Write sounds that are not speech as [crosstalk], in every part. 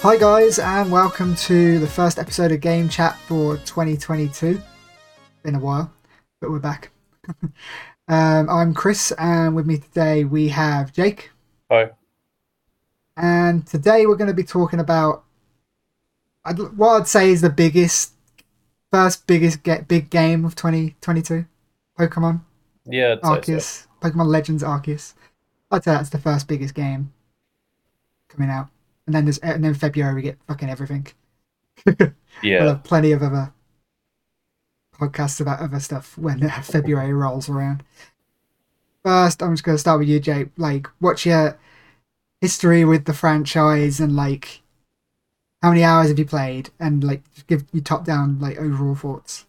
Hi, guys, and welcome to the first episode of Game Chat for 2022. Been a while, but we're back. [laughs] um, I'm Chris, and with me today we have Jake. Hi. And today we're going to be talking about I'd, what I'd say is the biggest, first biggest get big game of 2022 Pokemon Yeah, I'd say Arceus, so. Pokemon Legends Arceus. I'd say that's the first biggest game coming out. And then there's and then February we get fucking everything. We'll yeah, have plenty of other podcasts about other stuff when [laughs] uh, February rolls around. First, I'm just going to start with you, Jake. Like, what's your history with the franchise and, like, how many hours have you played? And, like, just give your top down, like, overall thoughts.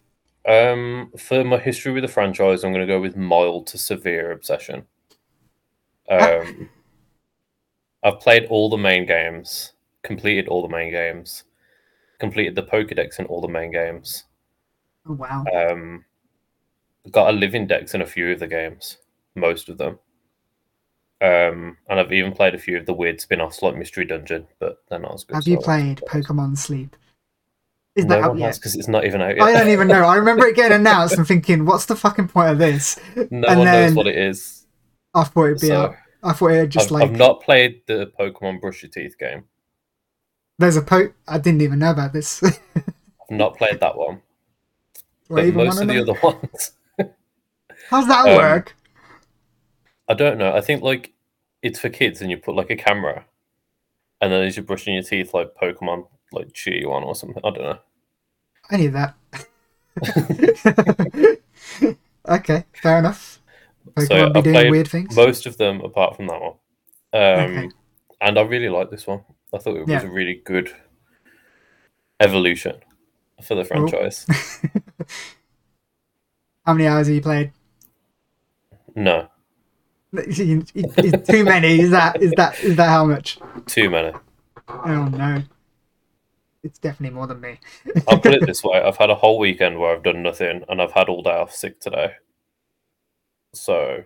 Um, for my history with the franchise, I'm going to go with mild to severe obsession. Ah. Um, I've played all the main games, completed all the main games, completed the Pokedex in all the main games. Oh, wow. Um, got a living dex in a few of the games, most of them. Um, and I've even played a few of the weird spin-offs like Mystery Dungeon, but they're not as good. Have so you I won't played talk about Pokemon those. Sleep? Is no that out one yet? has because it's not even out yet. I don't even know. I remember it getting announced and thinking, what's the fucking point of this? [laughs] no and one then- knows what it is. I thought it'd be So out. I thought it'd just, I've, like, I've not played the Pokemon Brush Your Teeth game. there's a po. I didn't even know about this. I've not played that one, Or but even most one of the them. other [laughs] ones, How's that Um, work? I don't know. I think like it's for kids, and you put like a camera, and then as you're brushing your teeth, like Pokemon like chew you on or something. I don't know. I need that. [laughs] okay, fair enough. Pokemon So, be I doing played weird things. Most of them, apart from that one, um, Okay. and I really like this one. I thought it was Yeah. a really good evolution for the franchise. [laughs] [laughs] How many hours have you played? [laughs] no, You- you- you- Too many. Is that is that is that how much? too many. Oh no, it's definitely more than me. [laughs] I'll put it this way: I've had a whole weekend where I've done nothing, and I've had all day off sick today. So,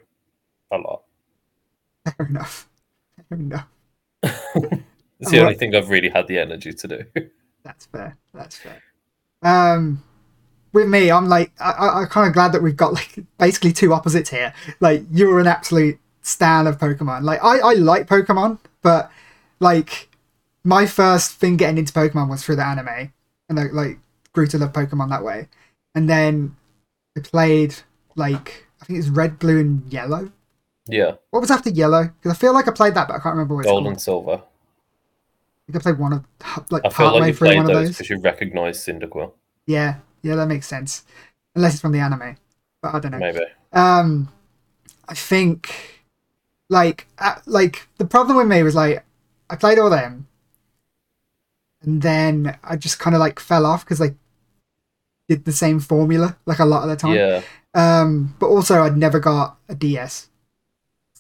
a lot. Fair enough. Fair enough. It's Oh, the only right. thing I've really had the energy to do. [laughs] That's fair. That's fair. Um, with me, I'm like I, I, I'm kind of glad that we've got like basically two opposites here. Like you're an absolute stan of Pokemon. Like I, I like Pokemon, but like my first thing getting into Pokemon was through the anime, and I like grew to love Pokemon that way. And then I played like I think it's Red, Blue, and Yellow. yeah, What was after Yellow? Because I feel like I played that, but I can't remember what it's gold called. and silver. I think I played one of like I feel partway like you through played one of those those. because you recognise Cyndaquil. Yeah, yeah, that makes sense. Unless it's from the anime, but I don't know. Maybe. Um, I think, like, uh, like the problem with me was like, I played all them, and then I just kind of like fell off because like did the same formula like a lot of the time. Yeah, Um, but also I'd never got a DS,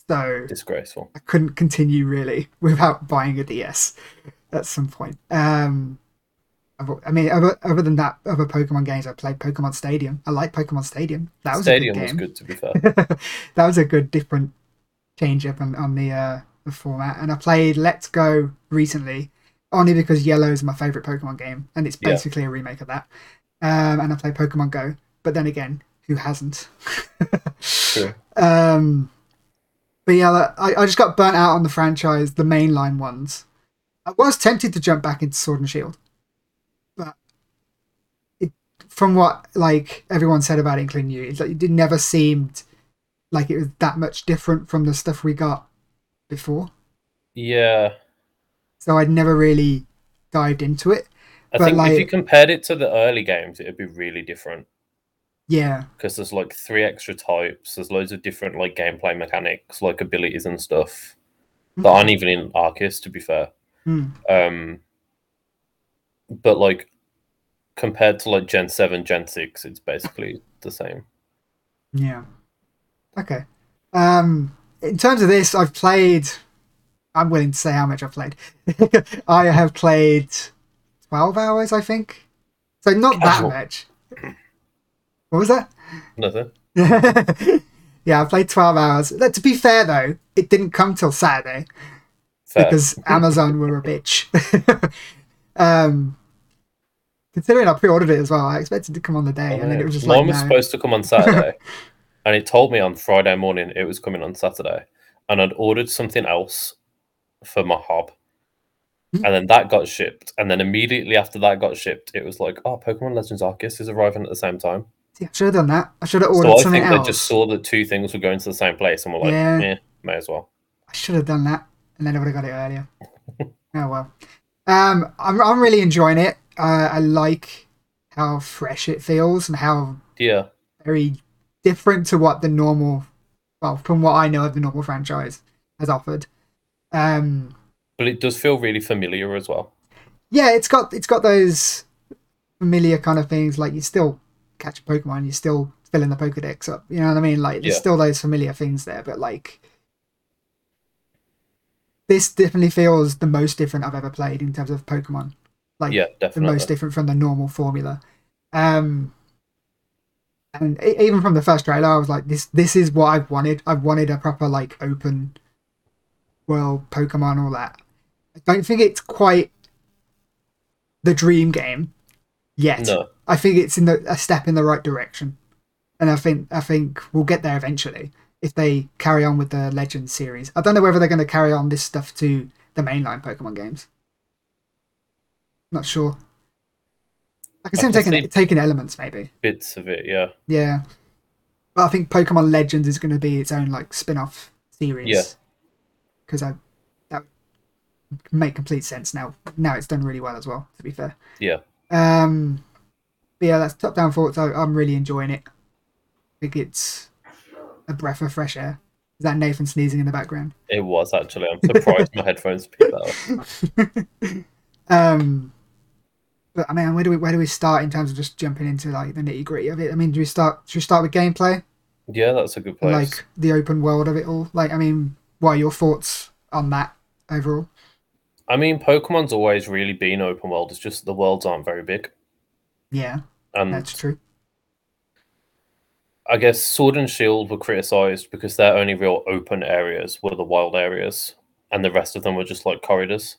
so disgraceful. I couldn't continue really [laughs] without buying a DS at some point. Um, I've- I mean, other, other than that, other Pokemon games I played Pokemon Stadium. I like Pokemon Stadium. That was Stadium a good was game. good to [laughs] be fair. that was a good different change up on, on the uh, the format. And I played Let's Go recently, only because Yellow is my favorite Pokemon game, and it's Yeah. basically a remake of that. Um, and I played Pokemon Go, but then again, who hasn't? [laughs] True. Um, but yeah, like, I, I just got burnt out on the franchise, the mainline ones. I was tempted to jump back into Sword and Shield, but it, from what like everyone said about it, including you, it's like it did- never seemed like it was that much different from the stuff we got before. Yeah, So I'd never really dived into it. I But, think if you like- compared it to the early games, it'd be really different Yeah, because there's like three extra types. There's loads of different like gameplay mechanics, like abilities and stuff Mm-hmm. that aren't even in Arceus. To be fair. Hmm. Um, but like compared to like Gen Seven, Gen Six, it's basically the same. Yeah. Okay. Um, in terms of this, I've played. I'm willing to say how much I've played. [laughs] I have played twelve hours, I think. So not Casual. that much. What was that? [laughs] Nothing. yeah, I played twelve hours. Like, to be fair though, it didn't come till Saturday, Fair. because Amazon were a bitch. [laughs] um, considering I pre-ordered it as well, I expected it to come on the day, and then it was just like, Mine was no. supposed to come [laughs] on Saturday, and it told me on Friday morning it was coming on Saturday, and I'd ordered something else for my hob, Hmm. and then that got shipped, and then immediately after that got shipped, it was like, oh, Pokemon Legends Arceus is arriving at the same time. See, I should have done that. I should have ordered So I something think else. they just saw that two things were going to the same place, and were like, Yeah. yeah, may as well. I should have done that, and then I would have got it earlier. oh well. Um, I'm I'm really enjoying it. Uh, I like how fresh it feels and how Yeah, very different to what the normal, well, from what I know of the normal franchise has offered. Um, but it does feel really familiar as well. yeah, it's got it's got those familiar kind of things. Like you still catch a Pokemon, you still filling the Pokedex up. You know what I mean? Like there's Yeah. still those familiar things there, but like this definitely feels the most different I've ever played in terms of Pokemon. Like Yeah, the definitely. most different from the normal formula. Um, and e- even from the first trailer, I was like, "This, this is what I've wanted. I've wanted a proper like open world Pokemon, all that." I don't think it's quite the dream game yet. No, I think it's in the, a step in the right direction, and I think I think we'll get there eventually if they carry on with the Legends series. I don't know whether they're going to carry on this stuff to the mainline Pokemon games. Not sure. I can see I them can taking see- taking elements maybe. bits of it. Yeah, Yeah, but I think Pokemon Legends is going to be its own like spin-off series. Yeah. because I that would make complete sense now. Now it's done really well as well. To be fair. yeah. Um, but yeah, that's top down thoughts. I, I'm really enjoying it. I think it's a breath of fresh air. Is that Nathan sneezing in the background? It was actually. I'm surprised my [laughs] headphones picked that up. Um, but I mean, where do we where do we start in terms of just jumping into like the nitty gritty of it? I mean, do we start should we start with gameplay, Yeah, that's a good and, place. like the open world of it all? Like, I mean, what are your thoughts on that overall? I mean, Pokemon's always really been open world. It's just the worlds aren't very big, Yeah, and that's true. I guess Sword and Shield were criticized because their only real open areas were the wild areas, and the rest of them were just like corridors.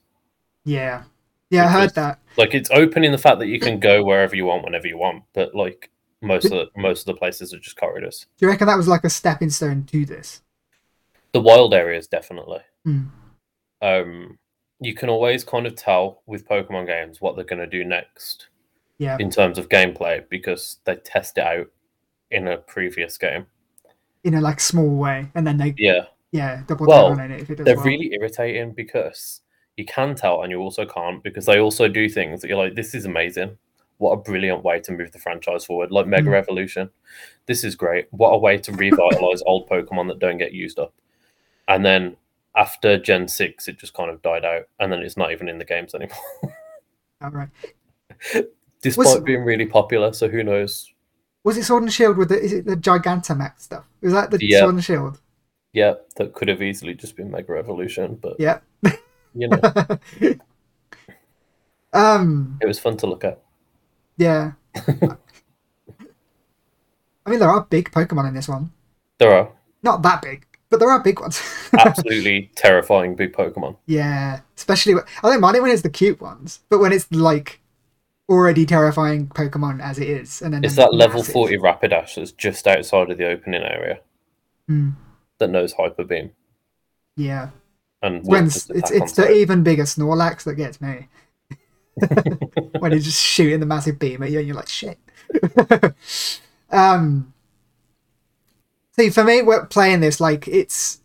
Yeah, yeah, I heard Because- that. Like it's open in the fact that you can go wherever you want, whenever you want, but like most of the, most of the places are just corridors. Do you reckon that was like a stepping stone to this? The wild areas definitely. Hmm. Um, you can always kind of tell with Pokemon games what they're going to do next. Yeah, in terms of gameplay because they test it out in a previous game. in a like small way, and then they Yeah, yeah double Well, down on it if it does they're well. really irritating because you can tell and you also can't because they also do things that you're like, this is amazing. What a brilliant way to move the franchise forward, like Mega Mm. Evolution. This is great. What a way to revitalize old Pokemon that don't get used up. And then after Gen 6, it just kind of died out, and then it's not even in the games anymore, [laughs] All right. despite being really popular. So who knows? Was it Sword and Shield with the is it the Gigantamax stuff? Is that the Yeah. Sword and Shield? [laughs] Yeah, that could have easily just been Mega Evolution, but Yeah. you know. Um It was fun to look at. [laughs] yeah. I mean there are big Pokemon in this one. There are Not that big, but there are big ones. absolutely terrifying big Pokemon. yeah. Especially when, I don't mind it when it's the cute ones, but when it's like already terrifying Pokemon as it is and then It's they're that level massive. 40 Rapidash that's just outside of the opening area Hmm, that knows Hyper Beam yeah. and will When just it's it's, attack it's on the sight. even bigger Snorlax that gets [laughs] me. when you're just shooting the massive beam at you and you're like shit [laughs] um see for me we're playing this like it's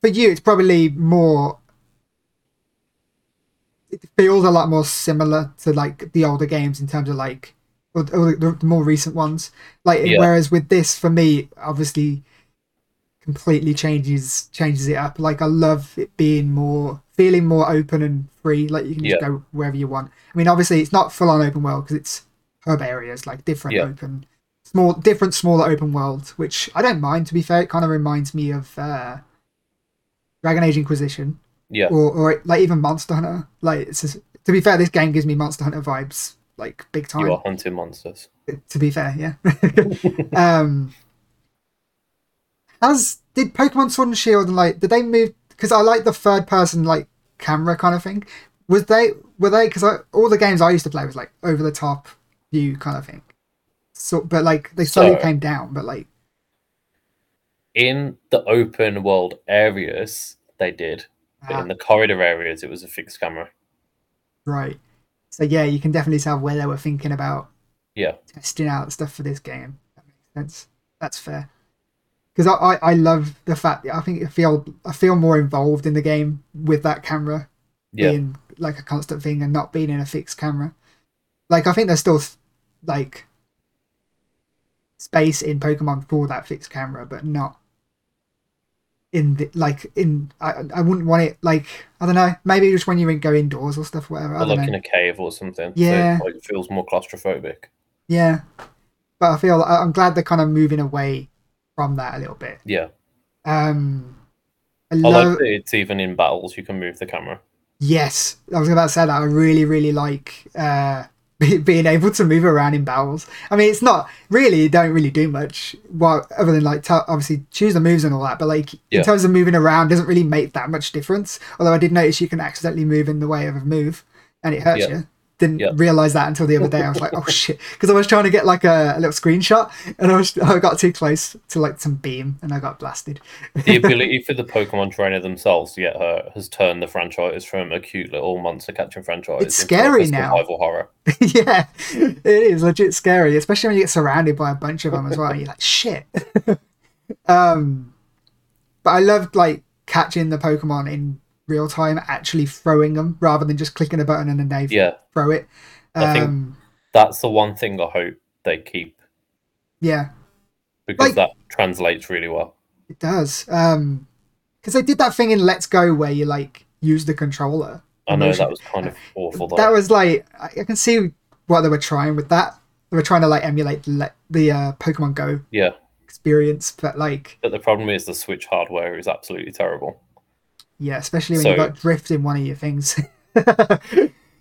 for you it's probably more it feels a lot more similar to like the older games in terms of like or, or the, the more recent ones like Yeah. whereas with this for me obviously completely changes changes it up like i love it being more feeling more open and free like you can just Yeah. go wherever you want i mean obviously it's not full on open world because it's hub areas like different Yeah. open small different smaller open world which i don't mind to be fair it kind of reminds me of uh dragon age inquisition Yeah, or, or like even Monster Hunter. Like it's just, to be fair, this game gives me Monster Hunter vibes, like big time. you are hunting monsters. To be fair, yeah. [laughs] um, as did Pokemon Sword and Shield, and like did they move? because I like the third person like camera kind of thing. Was they were they because all the games I used to play was like over the top view kind of thing. So, but like they slowly So- came down. But like, In the open world areas, they did, but ah, in the corridor areas, it was a fixed camera. right. So yeah, you can definitely tell where they were thinking about Yeah. testing out stuff for this game. That makes sense. That's fair. Because I, I, I love the fact that I think I feel I feel more involved in the game with that camera Yeah, being like a constant thing and not being in a fixed camera. Like I think there's still like space in Pokemon for that fixed camera, but not in the like in I I wouldn't want it like I don't know maybe just when you in- go indoors or stuff whatever I or don't like know. in a cave or something. Yeah. so it like, feels more claustrophobic. Yeah, but I feel I- I'm glad they're kind of moving away from that a little bit. Yeah, Um, I I love like that it's even in battles you can move the camera. yes. I was about to say that I really really like uh [laughs] be, being able to move around in battles. I mean, it's not really you don't really do much. Well, other than like tell obviously choose the moves and all that, but like Yeah. in terms of moving around, doesn't really make that much difference. Although I did notice you can accidentally move in the way of a move, and it hurts Yeah. you. Didn't Yeah. realize that until the other day. I was like, [laughs] "Oh shit!" Because I was trying to get like a, a little screenshot, and I was I got too close to like some beam, and I got blasted. The ability for the Pokemon trainer themselves to get hurt has turned the franchise from a cute little monster catching franchise. It's into, like, a scary now. Survival horror. [laughs] yeah, it is legit scary, especially when you get surrounded by a bunch of them as well. You're like, shit. [laughs] um, but I loved like catching the Pokemon in real time, actually throwing them rather than just clicking a button and then they Yeah, throw it. I think- Um, that's the one thing I hope they keep yeah, because Like- that translates really well. it does. Um, because they did that thing in Let's Go where you like use the controller. I know Emotion- that was kind of awful. Though. that was like I I can see what they were trying with that. They were trying to like emulate le- the uh, Pokemon Go yeah, experience, but like but the problem is the Switch hardware is absolutely terrible. Yeah, especially when So- you've got drift in one of your things. [laughs] I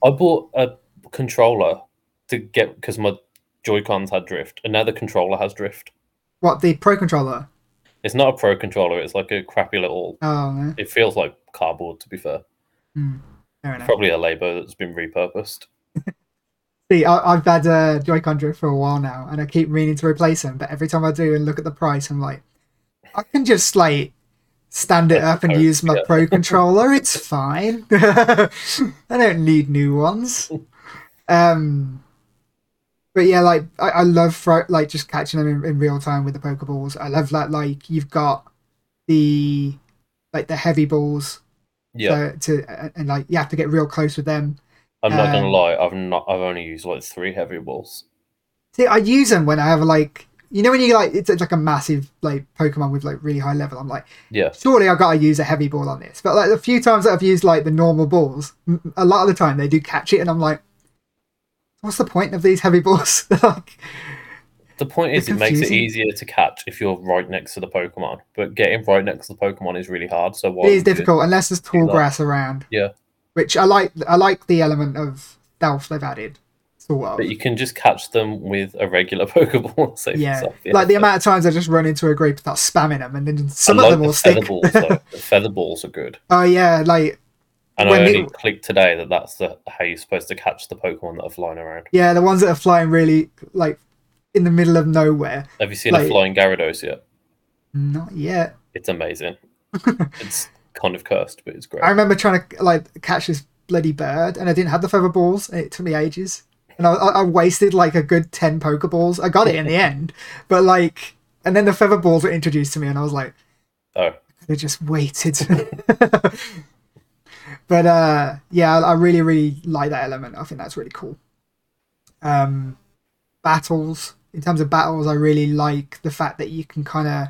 bought a controller to get because my Joy Cons had drift, and now the controller has drift. what, the Pro Controller? It's not a pro controller; it's like a crappy little. Oh, no. It feels like cardboard, to be fair. Fair enough. Probably a Labo that's been repurposed. See, I, I've had uh, Joy-Con drift for a while now, and I keep meaning to replace them, but every time I do and look at the price, I'm like, I can just, like, stand it up and Oh, use my yeah. Pro Controller. It's fine. [laughs] I don't need new ones. Um... But yeah, like I, I love fro- like just catching them in, in real time with the pokeballs. I love that like you've got the like the heavy balls Yeah, So to and, and, like you have to get real close with them. I'm not gonna um, lie. I've not. I've only used like three heavy balls. See, I use them when I have like you know when you like it's like a massive like Pokemon with like really high level. I'm like, Yeah, surely I gotta use a heavy ball on this. But like the few times that I've used like the normal balls, m- a lot of the time they do catch it, and I'm like, what's the point of these heavy [laughs] balls? like, the point is, They're it makes it confusing. easier to catch if you're right next to the Pokemon. But getting right next to the Pokemon is really hard. So why it would is you- difficult unless there's tall like- grass around. Yeah. Which I like. I like the element of stealth they've added. Sort of. But you can just catch them with a regular [laughs] Pokeball. So yeah. like the amount of times I just run into a group that's spamming them, and then some of them will the stick. feather balls. [laughs] Though. the feather balls are good. Oh yeah, like And When I they- only clicked today that that's the, how you're supposed to catch the Pokemon that are flying around. yeah, the ones that are flying really like in the middle of nowhere. Have you seen Like- a flying Gyarados yet? Not yet. [laughs] It's amazing. it's kind of cursed, but it's great. I remember trying to like catch this bloody bird, and I didn't have the feather balls, and it took me ages. And I, I I wasted like a good ten pokeballs. I got it in the end, but like, and then the feather balls were introduced to me, and I was like, Oh, they just waited. but uh, yeah, I I really, really like that element. I think that's really cool. Um, battles. In terms of battles, I really like the fact that you can kind of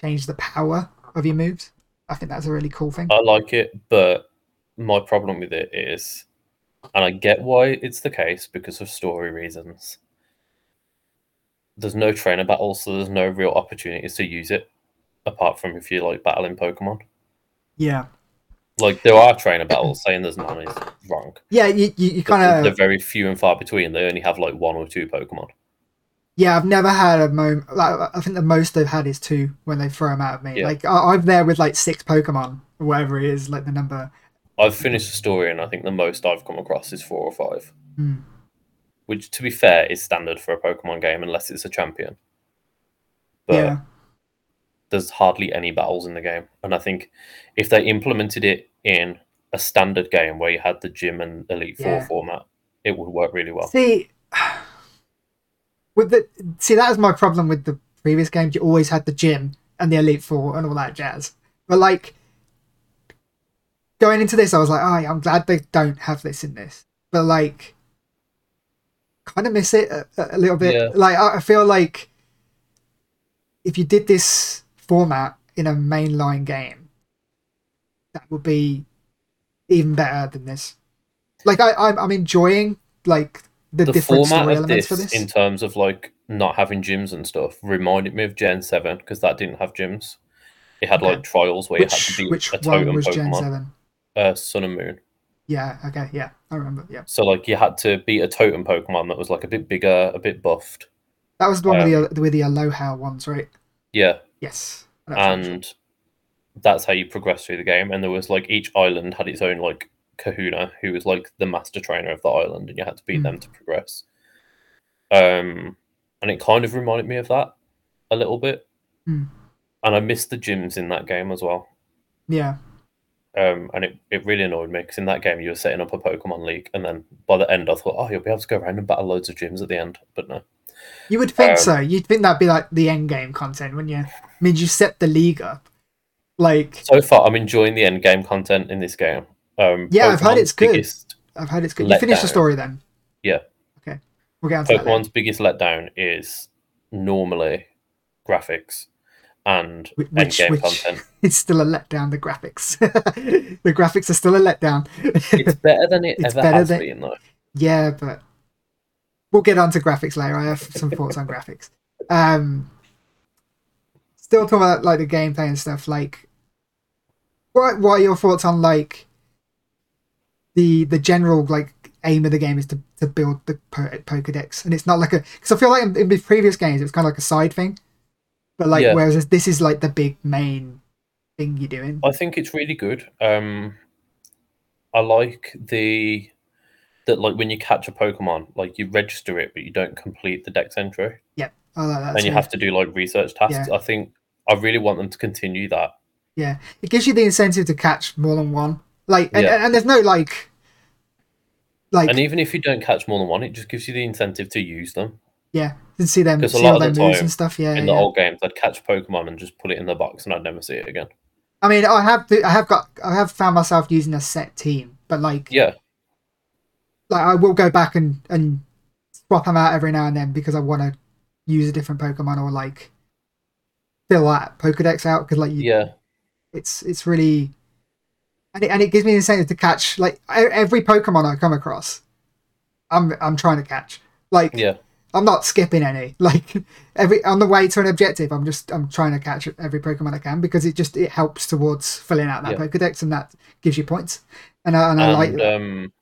change the power of your moves. I think that's a really cool thing. I like it, but my problem with it is, and I get why it's the case because of story reasons. There's no trainer battles, so there's no real opportunities to use it, apart from if you like battling Pokemon. Yeah. Like there are trainer battles. Saying there's none is wrong. Yeah, you, you, you They're- kind They're of. very few and far between. They only have like one or two Pokemon. Yeah, I've never had a moment. Like, I think the most they've had is two when they throw them out at me. Yeah. Like I- I'm there with like six Pokemon, or whatever it is, like the number. I've finished the story, and I think the most I've come across is four or five, Hmm. which, to be fair, is standard for a Pokemon game unless it's a champion. But yeah, there's hardly any battles in the game, and I think if they implemented it in a standard game where you had the gym and Elite Yeah. Four format, it would work really well. See, with the see that was my problem with the previous games. You always had the gym and the elite four and all that jazz. But like going into this, I was like, oh, yeah, I'm glad they don't have this in this. But like, kind of miss it a, a little bit. Yeah. Like I I feel like if you did this format in a mainline game, that would be even better than this. Like I, I'm, I'm enjoying like the, the different format story of elements this, for this. in terms of like not having gyms and stuff reminded me of Gen 7 because that didn't have gyms. It had Okay. like trials where you had which to beat which a one totem was Gen Pokemon, Seven? uh, Sun and Moon. Yeah. Okay. Yeah, I remember. Yeah, So like you had to beat a totem Pokemon that was like a bit bigger, a bit buffed. that was the one Um, with the with the Aloha ones, right? Yeah, Yes. and that's how you progress through the game. And there was like each island had its own like Kahuna, who was like the master trainer of the island, and you had to beat Mm. them to progress. Um, and it kind of reminded me of that a little bit. Mm. And I missed the gyms in that game as well. yeah, Um, and it, it really annoyed me because in that game you were setting up a Pokemon League, and then by the end I thought, oh, you'll be able to go around and battle loads of gyms at the end, but no. you would think um, so. You'd think that'd be like the end game content, wouldn't you? I mean, you set the league up, like So far, I'm enjoying the end game content in this game. Um, Yeah, I've heard it's Pokemon's good. biggest- I've heard it's good. You let finish the down. story then. Yeah. Okay, we'll get on to that. later. Pokemon's biggest letdown is normally graphics and Which- end which- game which- content. [laughs] It's still a letdown. The graphics, [laughs] the graphics are still a letdown. It's better than it It's ever better has than- been, though. Yeah, but we'll get on to graphics later. I have some thoughts on graphics. Um, still talking about like the gameplay and stuff. Like, what what are your thoughts on like the the general like aim of the game is to, to build the po- Pokedex, and it's not like a because I feel like in, in the previous games it was kind of like a side thing, but like Yeah. whereas this is like the big main thing you're doing. I think it's really good. Um, I like the that like when you catch a Pokemon, like you register it, but you don't complete the Dex entry, I like that. and you too. have to do like research tasks. I think I really want them to continue that. it gives you the incentive to catch more than one. Like, and, Yeah. and, there's no like, like And even if you don't catch more than one, it just gives you the incentive to use them. yeah, and see them, 'Cause a see lot all their of the moves time and stuff. Yeah, in the yeah. old games, I'd catch a Pokemon and just put it in the box, and I'd never see it again. I mean, I have, I have got, I have found myself using a set team, but like, Yeah, like I will go back and and swap them out every now and then because I want to use a different Pokemon or like fill that Pokedex out because like you, yeah. it's it's really and it, and it gives me the incentive to catch like e- every Pokemon I come across. I'm I'm trying to catch like Yeah. I'm not skipping any. [laughs] Like every on the way to an objective, I'm just I'm trying to catch every Pokemon I can because it just it helps towards filling out that Yeah. Pokedex and that gives you points. And I, and I like and um,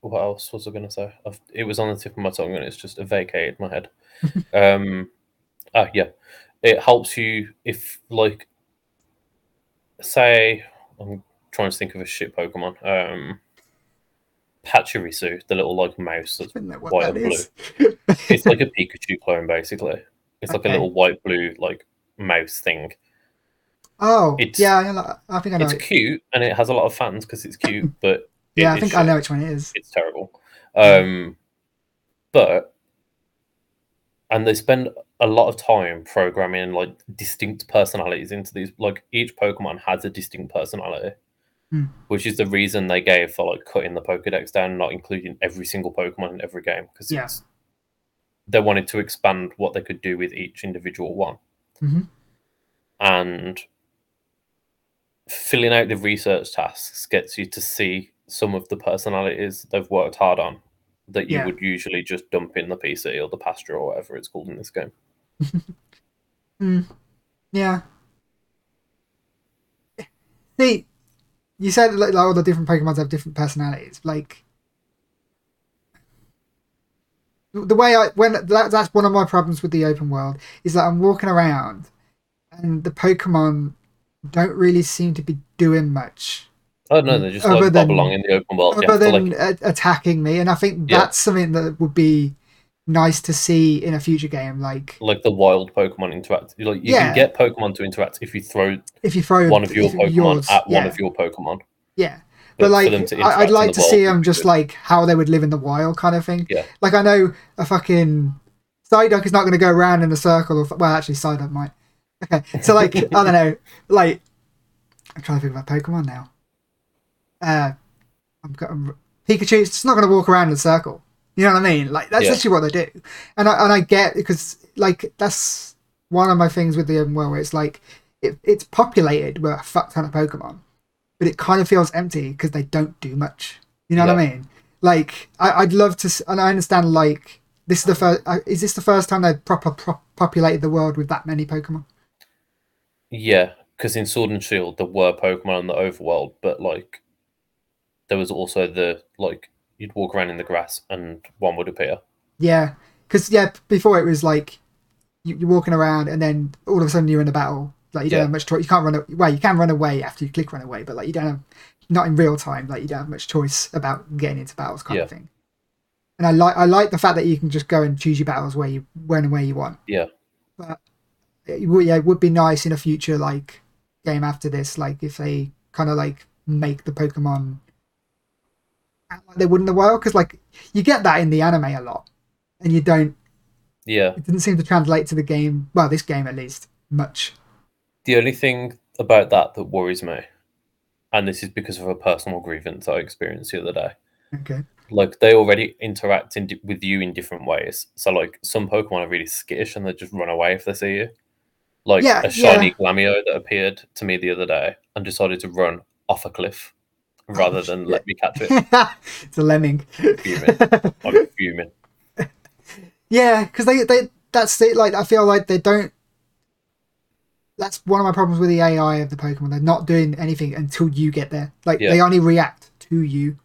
what else was I going to say? I've, it was on the tip of my tongue, and it's just vacated my [laughs] head. um, ah, yeah, it helps you if like, say, I'm trying to think of a shit Pokemon. Um, Pachirisu, the little like mouse that's I don't know what white that and blue. is. [laughs] it's like a Pikachu clone, basically. It's like Okay. a little white blue like mouse thing. Oh, It's- yeah, I, know- I think I know. It's it. cute and it has a lot of fans because it's cute, [laughs] but Yeah, I is think I shit. know which one it is. It's terrible. Yeah. Um, but and they spend a lot of time programming like distinct personalities into these. Like each Pokemon has a distinct personality, Hmm. which is the reason they gave for like cutting the Pokedex down, and not including every single Pokemon in every game because Yeah. it's they wanted to expand what they could do with each individual one. Mhm. And filling out the research tasks gets you to see some of the personalities they've worked hard on that you Yeah. would usually just dump in the PC or the pasture or whatever it's called in this game. Mm. Yeah. See, you said like, like all the different Pokemon have different personalities. Like, the way I when that, that's one of my problems with the open world is that I'm walking around and the Pokemon don't really seem to be doing much Oh no, they just Mm, Other like bob than- along in the open world. You other have to, than like, a- attacking me. And I think Yeah. that's something that would be nice to see in a future game. Like like the wild Pokemon interact. You, Like you Yeah. can get Pokemon to interact if you throw if you throw one of your if you- Pokemon at yeah, one of your Pokemon. yeah. But for them like, to I, interact I'd in like the to see wild them would be just good. like how they would live in the wild, kind of thing. Yeah. Like I know a fucking Psyduck is not going to go around in a circle. Or f- well, actually, Psyduck might. Okay, so like I don't know, like I'm trying to think about Pokemon now. Uh, I'm, go- I'm Pikachu's just not going to walk around in a circle. You know what I mean? Like that's Yeah. literally what they do, and I and I get because like that's one of my things with the open world. Where it's like it, it's populated with a fuck ton of Pokemon, but it kind of feels empty because they don't do much. You know what I mean? Like I, I'd love to, s- and I understand like this is the first. Is this the first time they've proper pro- populated the world with that many Pokemon? Yeah, because in Sword and Shield there were Pokemon in the overworld, but like there was also the like you'd walk around in the grass and one would appear. Yeah, because yeah, p- before it was like you, you're walking around and then all of a sudden you're in a battle. Like you don't Yeah. have much choice. You can't run. a- Well, you can run away after you click run away, but like you don't have not in real time. Like you don't have much choice about getting into battles, kind Yeah. of thing. And I like I like the fact that you can just go and choose your battles where you when and where you want. Yeah. but it, would- yeah, it would be nice in a future like game after this, like if they kind of like make the Pokemon act like they would in the world, because like you get that in the anime a lot, and you don't Yeah. it didn't seem to translate to the game well this game at least much The only thing about that that worries me, and this is because of a personal grievance I experienced the other day. okay [laughs] like they already interact in di- with you in different ways. So like some Pokemon are really skittish and they just run away if they see you. Like Yeah, a shiny Glamio that appeared to me the other day and decided to run off a cliff rather sh- than yeah. let me catch it. it's a lemming [laughs] fuming. I'm fuming. yeah because they, they that's it like i feel like they don't that's one of my problems with the ai of the pokemon they're not doing anything until you get there like Yeah. they only react to you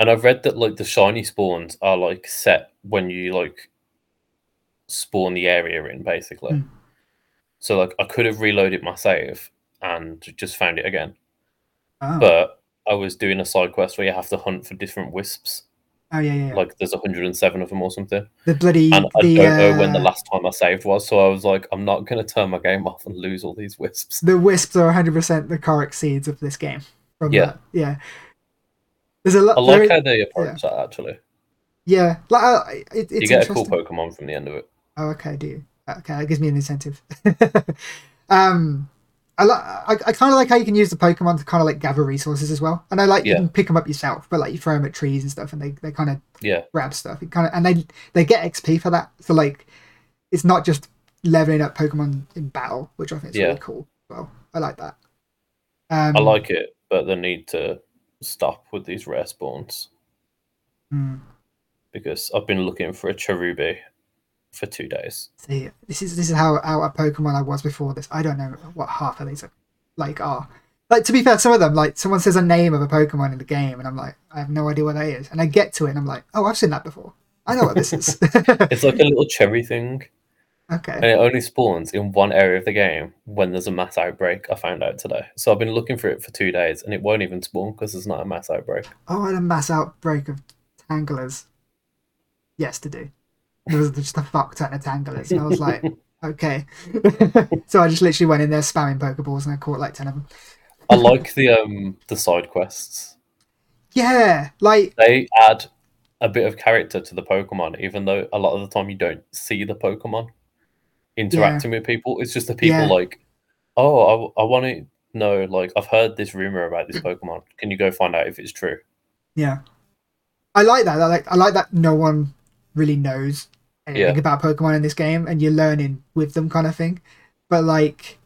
And I've read that like the shiny spawns are like set when you like spawn the area in basically. Mm. So like I could have reloaded my save and just found it again. oh, But I was doing a side quest where you have to hunt for different wisps Oh, yeah yeah, yeah. like there's 107 of them or something the bloody and i the, don't know when the uh, last time i saved was so i was like i'm not going to turn my game [laughs] off and lose all these wisps the wisps are 100% the correct seeds of this game from Yeah. that. yeah there's a lot i like there- how they approach that actually yeah like I- it, it's you get a interesting. cool pokemon from the end of it Oh, okay, I do. Okay, that gives me an incentive. [laughs] um, I, li- I, I kind of like how you can use the Pokemon to kind of like gather resources as well. And I like you Yeah. can pick them up yourself, but like you throw them at trees and stuff, and they, they kind of yeah grab stuff. It kind of and they they get XP for that. So like, it's not just leveling up Pokemon in battle, which I think is Yeah. really cool. as Well, I like that. Um, i like it but they need to stop with these rare spawns hmm, because i've been looking for a cherubi for two days see, this is this is how out of Pokemon I was before this. I don't know what half of these are, like are. Like to be fair, some of them like someone says a name of a Pokemon in the game, and I'm like, I have no idea what that is. And I get to it, and I'm like, oh, I've seen that before. I know what this is. [laughs] it's like a little cherry thing and okay. it only spawns in one area of the game when there's a mass outbreak i found out today so i've been looking for it for two days and it won't even spawn because there's not a mass outbreak Oh, I had a mass outbreak of Tanglers yesterday. There was just a fuck ton of Tanglers, and I was like, okay. so I just literally went in there spamming Pokeballs, and I caught like ten of them. I like the um the side quests. Yeah, like They add a bit of character to the Pokemon, even though a lot of the time you don't see the Pokemon interacting with people. It's just the people Yeah. like, oh, I, want to know. Like, I've heard this rumor about this Mm. Pokemon. Can you go find out if it's true? Yeah, I like that. I like I like that. No one really knows anything Yeah. about Pokemon in this game, and you're learning with them, kind of thing. But like,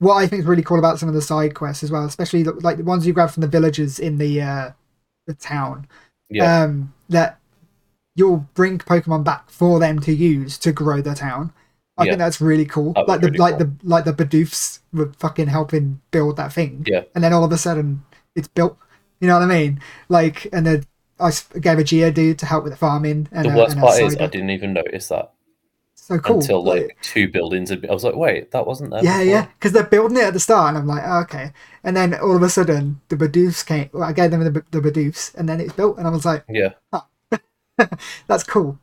what I think is really cool about some of the side quests as well, especially the, like the ones you grab from the villagers in the uh, the town, Yeah, um, that you'll bring Pokemon back for them to use to grow their town. I Yeah. think that's really cool. That was like the really like the like the Bidoofs were fucking helping build that thing. Yeah. And then all of a sudden it's built. You know what I mean? Like and they're I s- gave a Geodude to help with the farming. And The a- worst and a part is I cider. didn't even notice that so cool. until like, two buildings. Had been, I was like, wait, that wasn't there. yeah, before. yeah, because they're building it at the start, and I'm like, oh, okay. And then all of a sudden, the Badoofs came. Well, I gave them the, B- the Badoofs, and then it's built, and I was like, yeah. that's cool.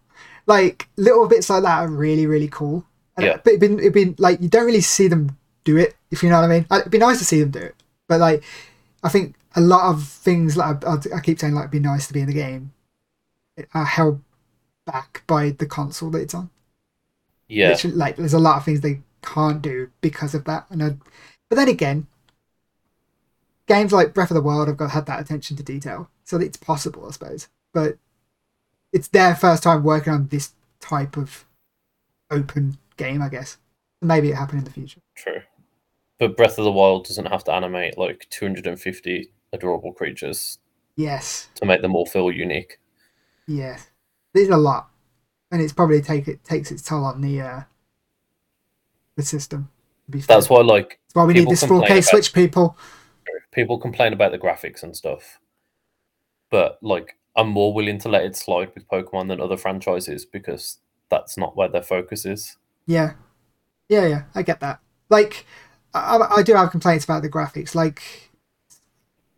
Like little bits like that are really really cool. And Yeah. But it'd been it'd been like you don't really see them do it if you know what I mean. Uh, It'd be nice to see them do it, but like I think a lot of things like I, I keep saying like it'd be nice to be in the game are held back by the console that it's on. Yeah. Literally, like there's a lot of things they can't do because of that. And I, but then again, games like Breath of the Wild have got had that attention to detail, so it's possible, I suppose. But it's their first time working on this type of open game, I guess. Maybe it happened in the future. True. But Breath of the Wild doesn't have to animate like 250 adorable creatures Yes, to make them all feel unique. yes. There's a lot, and it's probably take it takes its toll on the uh, the system. to be fair. That's why like That's why we need people this complain 4K about- Switch, people. people complain about the graphics and stuff. But like I'm more willing to let it slide with Pokemon than other franchises because that's not where their focus is. Yeah, yeah, yeah. I get that. Like, I, I- I do have complaints about the graphics. Like,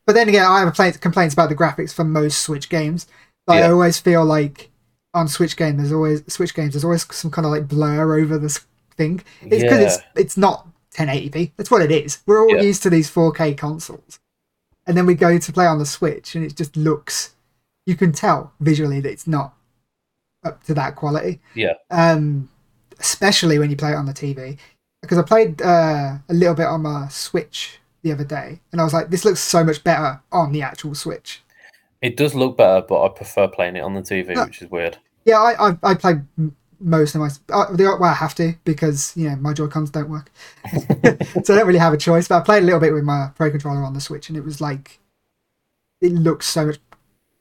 but then again, I have complaints complaints about the graphics for most Switch games. Like, I Yeah. always feel like on Switch game, there's always Switch games. There's always some kind of like blur over this thing. It's because it's it's not 1080p. That's what it is. We're all Yeah. used to these 4K consoles, and then we go to play on the Switch, and it just looks. You can tell visually that it's not up to that quality. Yeah. Um, especially when you play it on the TV, because I played uh, a little bit on my Switch the other day, and I was like, this looks so much better on the actual Switch. It does look better, but I prefer playing it on the TV, No. which is weird. Yeah, I I, I play m- most of my uh, the well I have to because you know my Joy Cons don't work, [laughs] so I don't really have a choice. But I played a little bit with my Pro controller on the Switch, and it was like it looks so much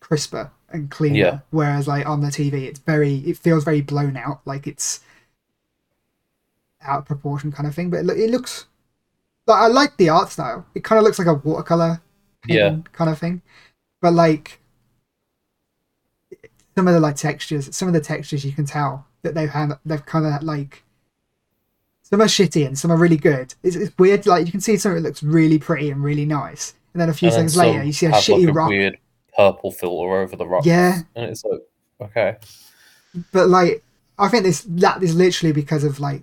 crisper and cleaner. Yeah. Whereas like on the TV, it's very it feels very blown out, like it's out of proportion kind of thing. But it, loo- it looks like I like the art style. It kind of looks like a watercolor Yeah. painting kind of thing, but like some of the like textures, some of the textures you can tell that they've had, they've kind of like some are shitty and some are really good. It's, it's weird. Like you can see something that looks really pretty and really nice, and then a few And then seconds later some you see a have, shitty like, a rock. weird purple filter over the rock. Yeah, And it's like, okay. but like I think this that is literally because of like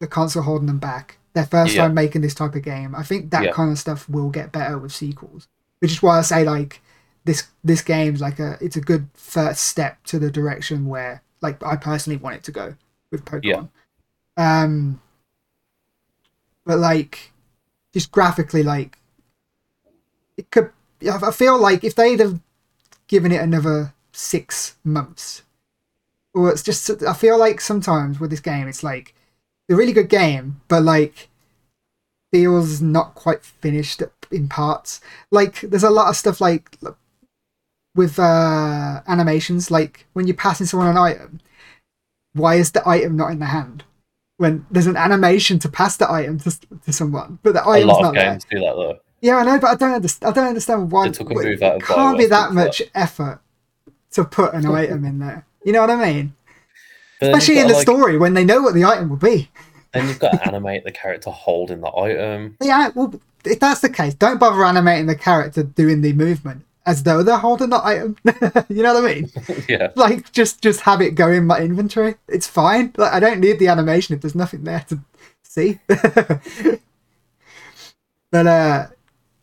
the console holding them back. Their first Yeah. time making this type of game. I think that Yeah. kind of stuff will get better with sequels, which is why I say like this this game's like a it's a good first step to the direction where like I personally want it to go with Pokemon. Um, but like just graphically, like it could. I I feel like if they'd have given it another six months, or it's just. I feel like sometimes with this game, it's like a really good game, but like feels not quite finished in parts. Like there's a lot of stuff like with uh animations, like when you're passing someone an item, why is the item not in the hand? When there's an animation to pass the item to, to someone, but the A item's lot of not there. games do that though. Yeah, I know, but I don't understand. I don't understand why They took a why- move out it of can't be Bioware that for much effort to put an item in there. You know what I mean? But then Especially you've in got, the like, story when they know what the item will be. Then you've got to animate the character holding the item. [laughs] Yeah, well, if that's the case, don't bother animating the character doing the movement as though they're holding the item. [laughs] you know what I mean? yeah. Like just just have it go in my inventory. It's fine. Like I don't need the animation if there's nothing there to see. [laughs] but uh,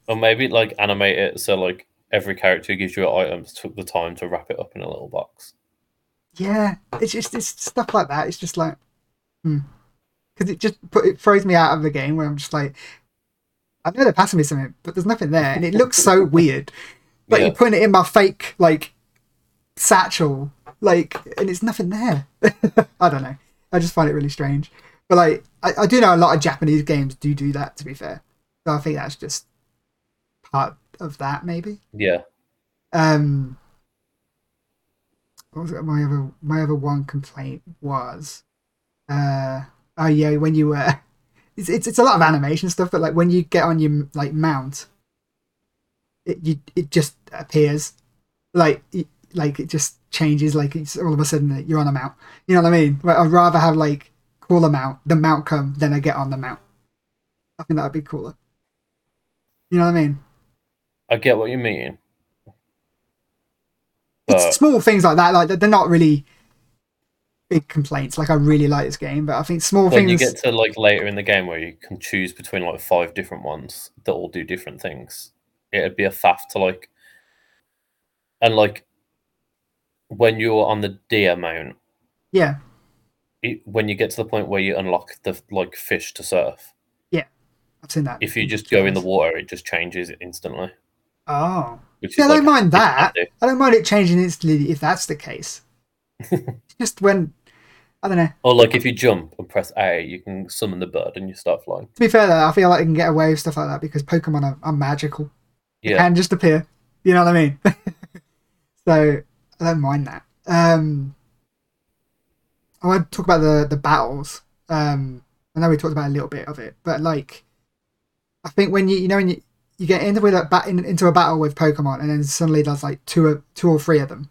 Or maybe like animate it so like every character who gives you an item took the time to wrap it up in a little box. Yeah, it's just it's stuff like that. It's just like, because it just put it throws me out of the game where I'm just like, I know they're passing me something, but there's nothing there, and it looks so weird. Like Yeah. you're putting it in my fake like satchel, like, and it's nothing there. [laughs] I don't know. I just find it really strange. But like, I, I do know a lot of Japanese games do do that. To be fair, so I think that's just part of that, maybe. Yeah. Um, what was it? My other my other one complaint was, uh, oh yeah, when you were, [laughs] it's, it's it's a lot of animation stuff, but like when you get on your like mount, it you it just appears, like y- like it just changes. Like it's all of a sudden you're on a mount. You know what I mean? Like, I'd rather have like cooler mount, the mount come, than I get on the mount. I think that'd be cooler. You know what I mean? I get what you mean. it's small things like that. Like they're they're not really big complaints. Like I really like this game, but I think small when things. you get to like later in the game where you can choose between like five different ones that all do different things, it'd be a faff to like. And like, when you're on the deer mount, yeah, it, when you get to the point where you unlock the like fish to surf, I've seen that. if you just go in the water, it just changes instantly. Oh, Which yeah, I is don't like, mind that. handy. I don't mind it changing instantly if that's the [laughs] case. It's just when I don't know. or like if you jump and press A, you can summon the bird and you start flying. To be fair, though, I feel like I can get away with stuff like that because Pokemon are, are magical. They Yeah. can just appear. You know what I mean? [laughs] so I don't mind that. Um, I want to talk about the the battles. Um, I know we talked about a little bit of it, but like, I think when you you know when you, you get into with a bat in, into a battle with Pokemon and then suddenly there's like two or two or three of them.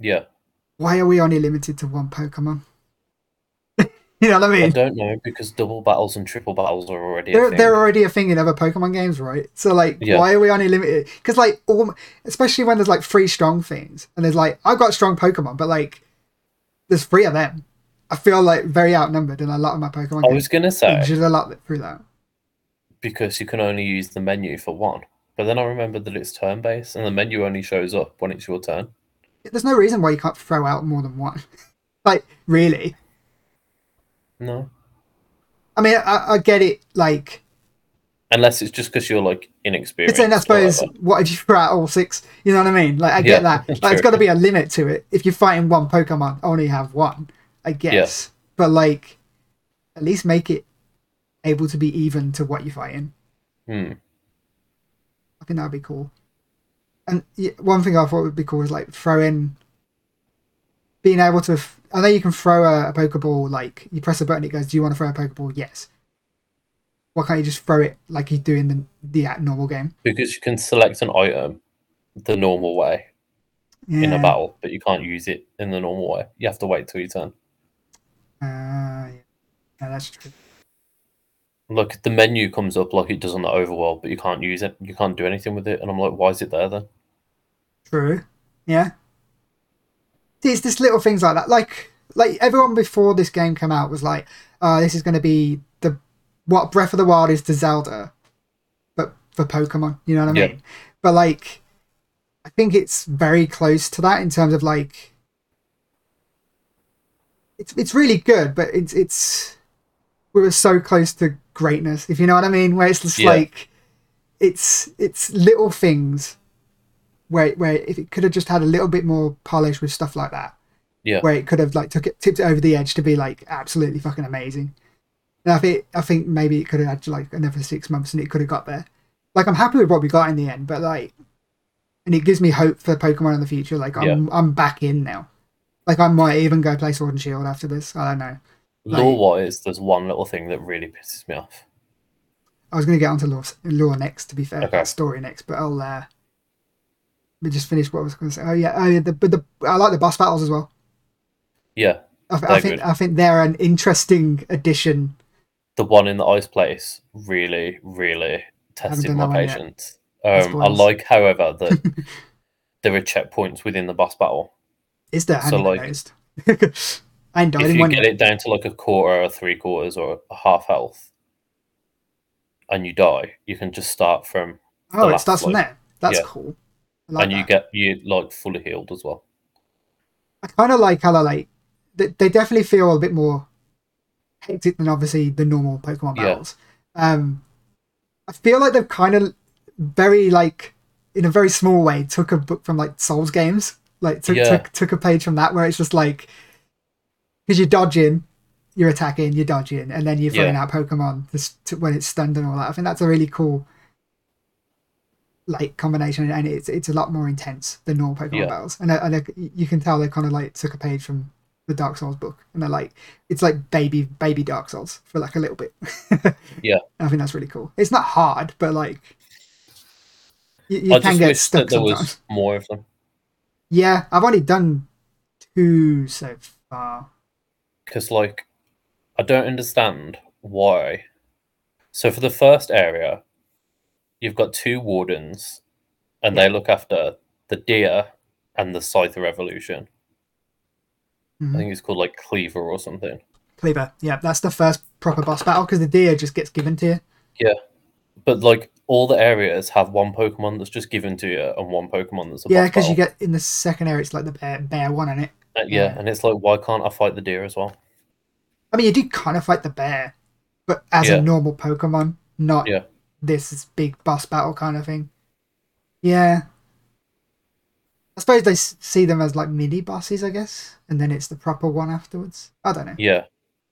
Yeah. Why are we only limited to one Pokemon? [laughs] you know what I I mean? don't know because double battles and triple battles are already. a they're, thing. they're already a thing in other Pokemon games, right? So like, Yeah. why are we only limited? Because like, all, especially when there's like three strong things, and there's like, I've got strong Pokemon, but like, there's three of them. I feel like very outnumbered in a lot of my Pokemon I games. was gonna say Injured a lot through that. because you can only use the menu for one. But then I remembered that it's turn based and the menu only shows up when it's your turn. There's no reason why you can't throw out more than one. [laughs] like, really? No. I mean, I, I get it. Like, Unless it's just because you're like But inexperienced. then I or suppose, whatever. what if you throw out all six? You know what I mean? Like, I get Yeah, that. Like, it's true. got to be a limit to it. If you're fighting one Pokemon, only have one, I guess. But, like, at least make it able to be even to what you're fighting. Hmm. I think that would be cool. And y- one thing I thought would be cool is, like, throw in being able to. F- I know you can throw a, a Pokeball, like, you press a button, it goes, Do you want to throw a Pokeball? Yes. Why can't you just throw it like you do in the, the uh, normal game? Because you can select an item the normal way in a Yeah. battle, but you can't use it in the normal way. You have to wait till your turn. Uh, yeah. yeah, that's true. Look, the menu comes up like it does on the overworld, but you can't use it. You can't do anything with it. And I'm like, why is it there then? True. Yeah. It's just little things like that. Like like everyone before this game came out was like, uh, this is gonna be the what Breath of the Wild is to Zelda, but for Pokemon, you know what I Yeah. mean? But like I think it's very close to that in terms of like it's it's really good, but it's it's we were so close to greatness, if you know what I mean, where it's just Yeah. like it's it's little things where where if it could have just had a little bit more polish with stuff like that, Yeah. where it could have like took it tipped it over the edge to be like absolutely fucking amazing. And I think I think maybe it could have had like another six months and it could have got there. Like I'm happy with what we got in the end, but like, and it gives me hope for Pokemon in the future. Like I'm I'm back in now. Like I might even go play Sword and Shield after this. I don't know. Like- Law wise, there's one little thing that really pisses me off. I was going to get onto law, law next, to be fair, Okay. story next, but I'll uh, let me just finish what I was going to say. Oh yeah, oh yeah, the, but the I like the boss battles as well. Yeah. I, th- I They're think good. I think they're an interesting addition. the one in the ice place really, really tested done my that one yet. patience. That's Um, I spoilers. like, however, [laughs] that there are checkpoints within the boss battle. Is there? So, Haven't like, noticed. [laughs] I ain't died If in you one get yet. it down to like a quarter or three quarters or a half health and you die, you can just start from Oh, it last starts from one. there. That's Yeah. cool. I like and you that. get you like fully healed as well. I kind of like how they like they, they definitely feel a bit more hectic than obviously the normal Pokemon Yeah. battles. Um, I feel like they've kind of very like in a very small way took a book from like Souls games, like took Yeah. took, took a page from that where it's just like because you're dodging, you're attacking, you're dodging, and then you're throwing Yeah. out Pokemon this, to, when it's stunned and all that. I think that's a really cool like combination, and it's it's a lot more intense than normal Pokemon Yeah. battles. And I, and I, you can tell they kind of like took a page from the Dark Souls book, and they're like it's like baby baby Dark Souls for like a little bit. [laughs] Yeah. I think that's really cool. It's not hard, but like you, you I can just get wish stuck that there sometimes. was more of them. Yeah, I've only done two so far. because like I don't understand why. So for the first area, you've got two wardens, and they look after the deer and the Scyther Revolution. Mhm. I think it's called like Cleaver or something. Cleaver. Yeah, that's the first proper boss battle because the deer just gets given to you. But like all the areas have one Pokemon that's just given to you and one Pokemon that's a Yeah, boss because you battle. get in the second area, it's like the bear, bear one in it. Uh, yeah, and it's like why can't I fight the deer as well? I mean, you do kind of fight the bear, but as Yeah. a normal Pokemon, not Yeah. this is big boss battle kind of thing. Yeah. I suppose they s- see them as like mini bosses, I guess, and then it's the proper one afterwards. I don't know Yeah,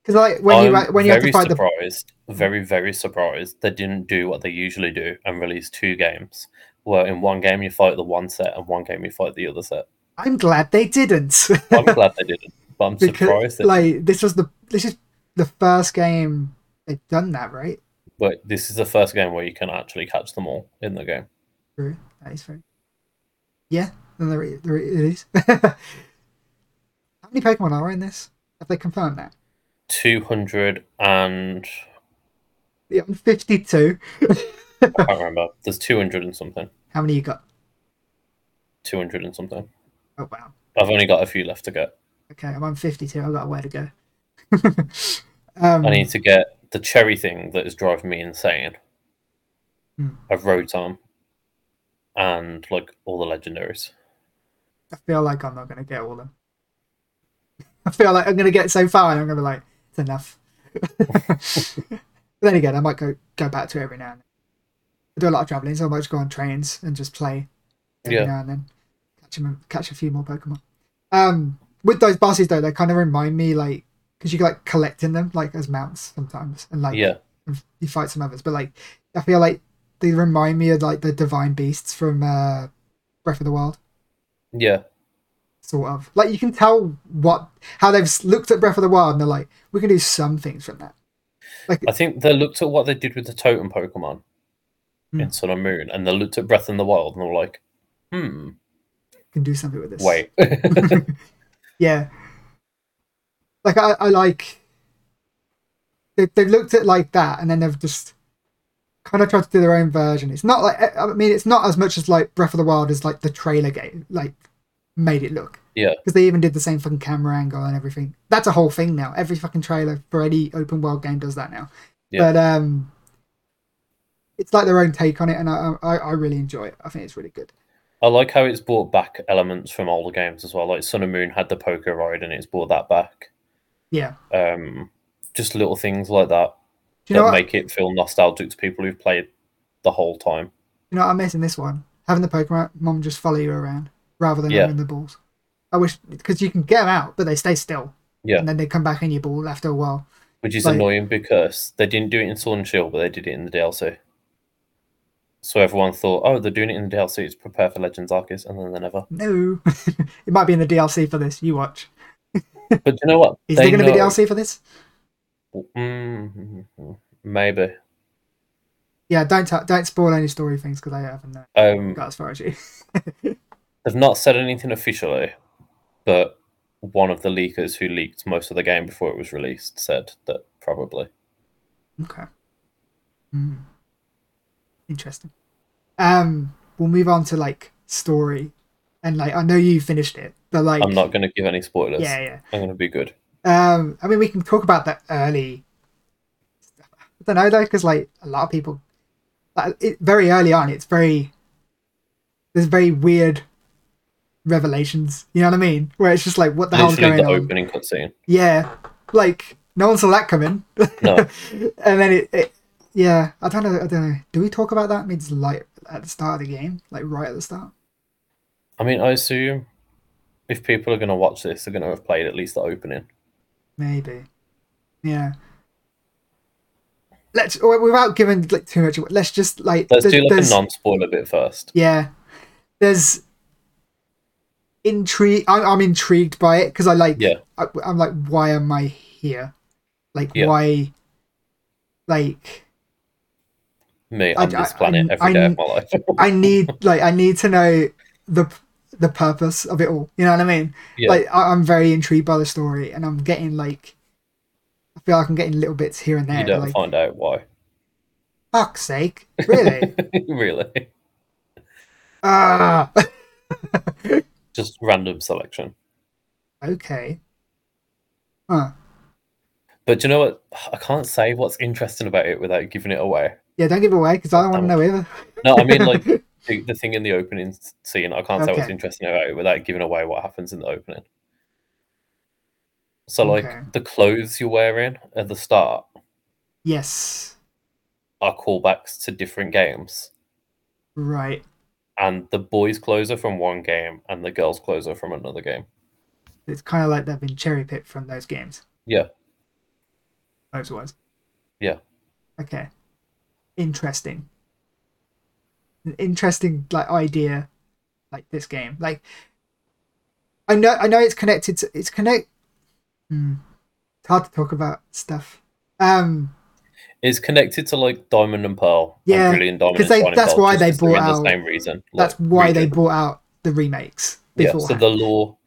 because like when you I'm when you have very to fight the surprised, very very surprised they didn't do what they usually do and release two games. Where in one game you fight the one set and one game you fight the other set. I'm glad they didn't. [laughs] I'm glad they didn't, but I'm surprised because that. like this was the this is the first game they've done that, right? But this is the first game where you can actually catch them all in the game. True. That is true. Yeah, no, there, i- there it is. [laughs] How many Pokemon are in this? Have they confirmed that? Two hundred and Yeah, I'm 52. I can't remember. [laughs] There's two hundred and something. How many you got? Two hundred and something. Oh wow. I've only got a few left to get. Okay, I'm on 52. I've got a way to go. [laughs] um, I need to get the cherry thing that is driving me insane. Hmm. I've Rotom and like all the legendaries. I feel like I'm not going to get all of them. I feel like I'm going to get so far and I'm going to be like, it's enough. [laughs] But then again, I might go, go back to it every now and then. I do a lot of traveling, so I might just go on trains and just play every Yeah. now and then. Catch, 'em- catch a few more Pokemon. Um, with those bosses, though, they kind of remind me, like, because you like collecting them, like, as mounts sometimes. And, like, Yeah, you fight some others, but like I feel like they remind me of like the divine beasts from uh, Breath of the Wild, yeah, sort of. Like you can tell what how they've s- looked at Breath of the Wild, and they're like, we can do some things from that. I think they looked at what they did with the totem Pokemon Hmm. in Sun and Moon, and they looked at Breath in the Wild, and they were like, "Hmm, We can do something with this. [laughs] wait." yeah. Like I, I like. They they've looked at like that, and then they've just kind of tried to do their own version. It's not like I I mean, it's not as much as like Breath of the Wild as like the trailer game like made it look. Yeah. because they even did the same fucking camera angle and everything. That's a whole thing now. Every fucking trailer for any open world game does that now. Yeah. But um, it's like their own take on it, and I I, I really enjoy it. I think it's really good. I like how it's brought back elements from older games as well. Like Sun and Moon had the poker ride, and it's brought that back. Yeah. Um, just little things like that Do you know what? that make it feel nostalgic to people who've played the whole time. You know, what I'm missing this one. Having the Pokemon mom just follow you around rather than Yeah. having the balls. I wish because you can get them out, but they stay still. Yeah. And then they come back in your ball after a while. Which is Like- annoying because they didn't do it in Sword and Shield, but they did it in the DLC. So everyone thought, oh, they're doing it in the DLC, it's prepare for Legends Arceus, and then they never. No, [laughs] it might be in the DLC for this. You watch. But do you know what? Is there going to be know- DLC for this? Mm, maybe. Yeah, don't t- don't spoil any story things because I haven't uh, Um, got as far as you. [laughs] they've not said anything officially, but one of the leakers who leaked most of the game before it was released said that probably. Okay. Hmm. Interesting. Um, we'll move on to like story, and like I know you finished it, but like I'm not going to give any spoilers. Yeah, yeah. I'm going to be good. Um, I mean, we can talk about that early. I don't know though, because like a lot of people, like, it, very early on, it's very there's very weird revelations. You know what I mean? Where it's just like, what the hell's Literally going the on? opening [laughs] cutscene. Yeah, like no one saw that coming. [laughs] No. and then it, it, yeah, I don't know. I don't know. Do we talk about that? Means like at the start of the game, like right at the start. I mean, I assume if people are going to watch this, they're going to have played at least the opening. Maybe. Yeah. Let's w- without giving like too much. away, Let's just like Let's there's- do like a there's- non spoiler bit first. Yeah, there's intrigue. I'm, I'm intrigued by it because I like. Yeah. I, I'm like, why am I here? Like, Yeah. why? Like, Me I- on this I- planet I- every day I- [laughs] of my life. I need like I need to know the the purpose of it all. You know what I mean? Yeah. Like I, I'm very intrigued by the story, and I'm getting like, I feel like I'm getting little bits here and there. you but, don't like, find out why. [laughs] fuck's sake, really? really. Ah, Just random selection. okay. Huh. But do you know what? I can't say what's interesting about it without giving it away. Yeah, don't give it away because I don't want to know either. No, I mean [laughs] like the, the thing in the opening s- scene. I can't say what's Okay. interesting about it without giving away what happens in the opening. So like Okay. the clothes you're wearing at the start yes, are callbacks to different games, right. and the boys' clothes are from one game, and the girls' clothes are from another game. It's kind of like they've been cherry picked from those games. Yeah. Those was. Yeah. Okay. Interesting. An interesting like idea, like this game. Like, I know, I know it's connected. To, it's connect. Hmm. It's hard to talk about stuff. Um, It's connected to like Diamond and Pearl. Yeah, and Brilliant Diamond. 'cause and they- Shining that's Pearl, why just they 'cause they're brought in out- the same reason. like, that's why they region. brought out the remakes. Yeah, so beforehand. the law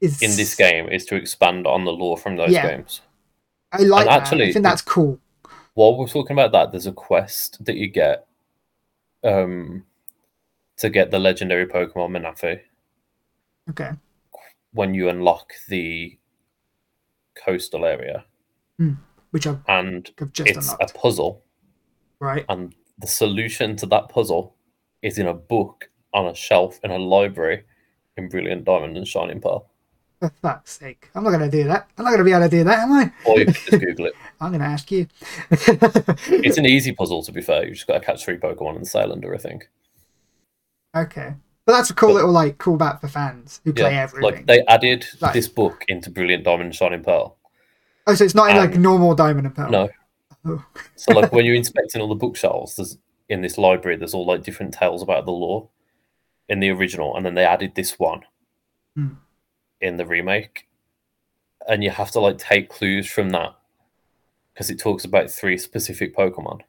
It's- in this game is to expand on the law from those Yeah. games. I like and that. I actually, think that's cool. While we're talking about that, there's a quest that you get um, to get the legendary Pokemon Manafi Okay. when you unlock the coastal area. Which I've And I've just it's unlocked. a puzzle, Right. and the solution to that puzzle is in a book on a shelf in a library in Brilliant Diamond and Shining Pearl. For fuck's sake. I'm not gonna do that. I'm not gonna be able to do that, am I? Or you can just Google it. I'm gonna ask you. It's an easy puzzle, to be fair. You just got to catch three Pokemon in Cylinder, I think. [laughs] okay. But that's a cool But- little like callback for fans who play everything. Like they added Like- this book into Brilliant Diamond and Shining Pearl. oh, so it's not in like um, normal Diamond and Pearl. No. Oh. so like [laughs] when you're inspecting all the bookshelves, there's in this library there's all like different tales about the law in the original, and then they added this one Hmm. in the remake. And you have to like take clues from that because it talks about three specific Pokemon.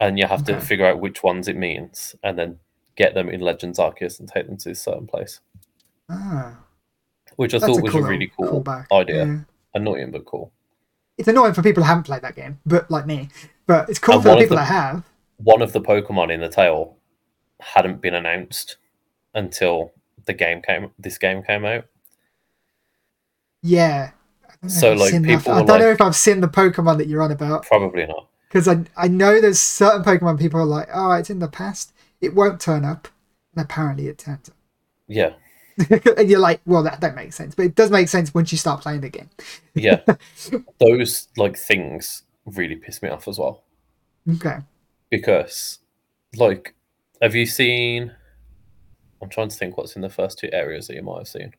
And you have to Okay. figure out which ones it means and then get them in Legends Arceus and take them to this certain place. Ah, Which I that's thought was cool a really little cool callback. idea. Yeah. Annoying but cool. It's annoying for people who haven't played that game, but like me. But it's cool And for the one of people the- that have. one of the Pokemon in the tale hadn't been announced until the game came. This game came out. Yeah. I don't know if So, I've like, seen that- people I were don't know like- if I've seen the Pokemon that you're on about. Probably not. because I I know there's certain Pokemon people are like, oh, it's in the past, it won't turn up, and apparently it turns Yeah, up, [laughs] and you're like, well, that don't make sense, but it does make sense once you start playing the game. yeah. Those like things really piss me off as well Okay, because, like, have you seen? I'm trying to think what's in the first two areas that you might have seen.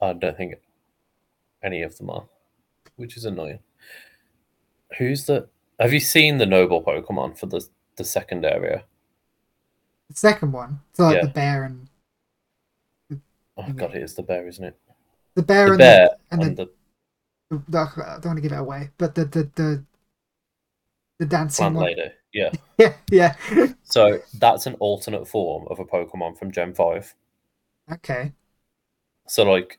I don't think any of them are, which is annoying. Who's the? Have you seen the noble Pokemon for the the second area? the second one, so like Yeah. the bear and Oh Mhm. god, it is the bear, isn't it? the bear The and bear the, and and the, the the- I don't want to give it away, but the the the, the dancing plant one, lady. Yeah. [laughs] yeah, yeah, [laughs] So that's an alternate form of a Pokemon from Gen 5. okay, So like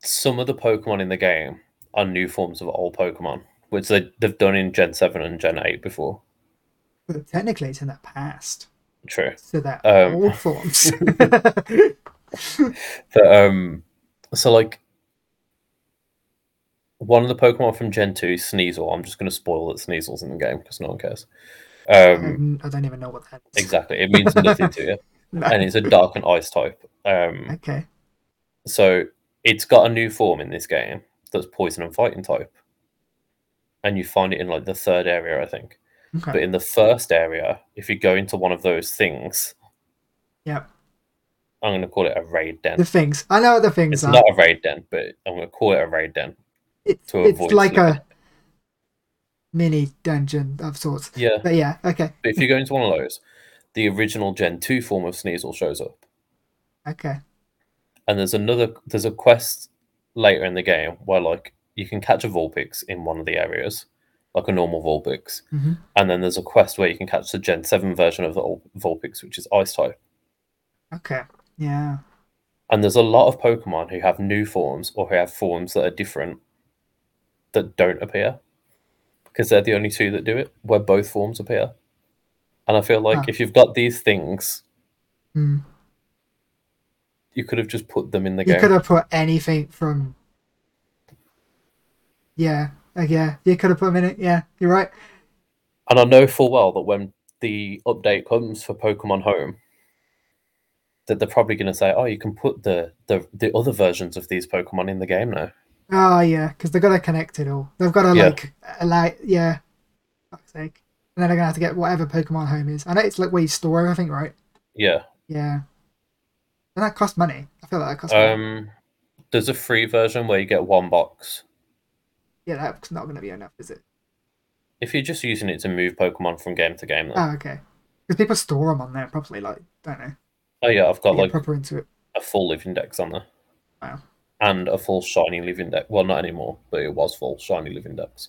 some of the Pokemon in the game are new forms of old Pokemon, which they they've done in Gen 7 and Gen 8 before. but technically it's in the past, True. so that Um. all [laughs] forms. [laughs] But um so like one of the Pokemon from Gen 2, Sneasel. I'm just gonna spoil that Sneasel's in the game because no one cares. Um I don't even know what that is. Exactly. It means nothing to you. No. And it's a dark and ice type. Um, Okay, so it's got a new form in this game that's poison and fighting type. And you find it in like the third area, I think. okay, But in the first area, if you go into one of those things, Yep. I'm going to call it a raid den. the things I know what the things It's are. not a raid den, but I'm going to call it a raid den. It's, to it's avoid like sleeping. a mini dungeon of sorts. Yeah. But yeah, okay, But if you go into one of those, the original Gen 2 form of Sneasel shows up. okay. and there's another there's a quest later in the game where like you can catch a Vulpix in one of the areas like a normal Vulpix. Mhm. And then there's a quest where you can catch the Gen 7 version of the old Vulpix, which is Ice type. Okay. Yeah. And there's a lot of Pokemon who have new forms or who have forms that are different that don't appear because they're the only two that do it where both forms appear. And I feel like Huh. if you've got these things, Hmm. you could have just put them in the You game. could have put anything from. Yeah. uh, Yeah. You could have put them in it. Yeah. You're right. And I know full well that when the update comes for Pokemon Home, that they're probably going to say, "Oh, you can put the, the the other versions of these Pokemon in the game now." Oh yeah, because they've got to connect it all. They've got to Yeah. like allow. Yeah. Fuck's sake. And then they're gonna have to get whatever Pokemon Home is. I know it's like where you store everything, right? Yeah. Yeah. And that costs money. I feel like that costs money. Um, there's a free version where you get one box. Yeah, that's not gonna be enough, is it? If you're just using it to move Pokemon from game to game, then. Oh okay. Because people store them on there properly. Like, don't know. oh yeah, I've They got get like proper into it. a full live index on there. Wow. And a full shiny live index. Well, not anymore, but it was full shiny live index.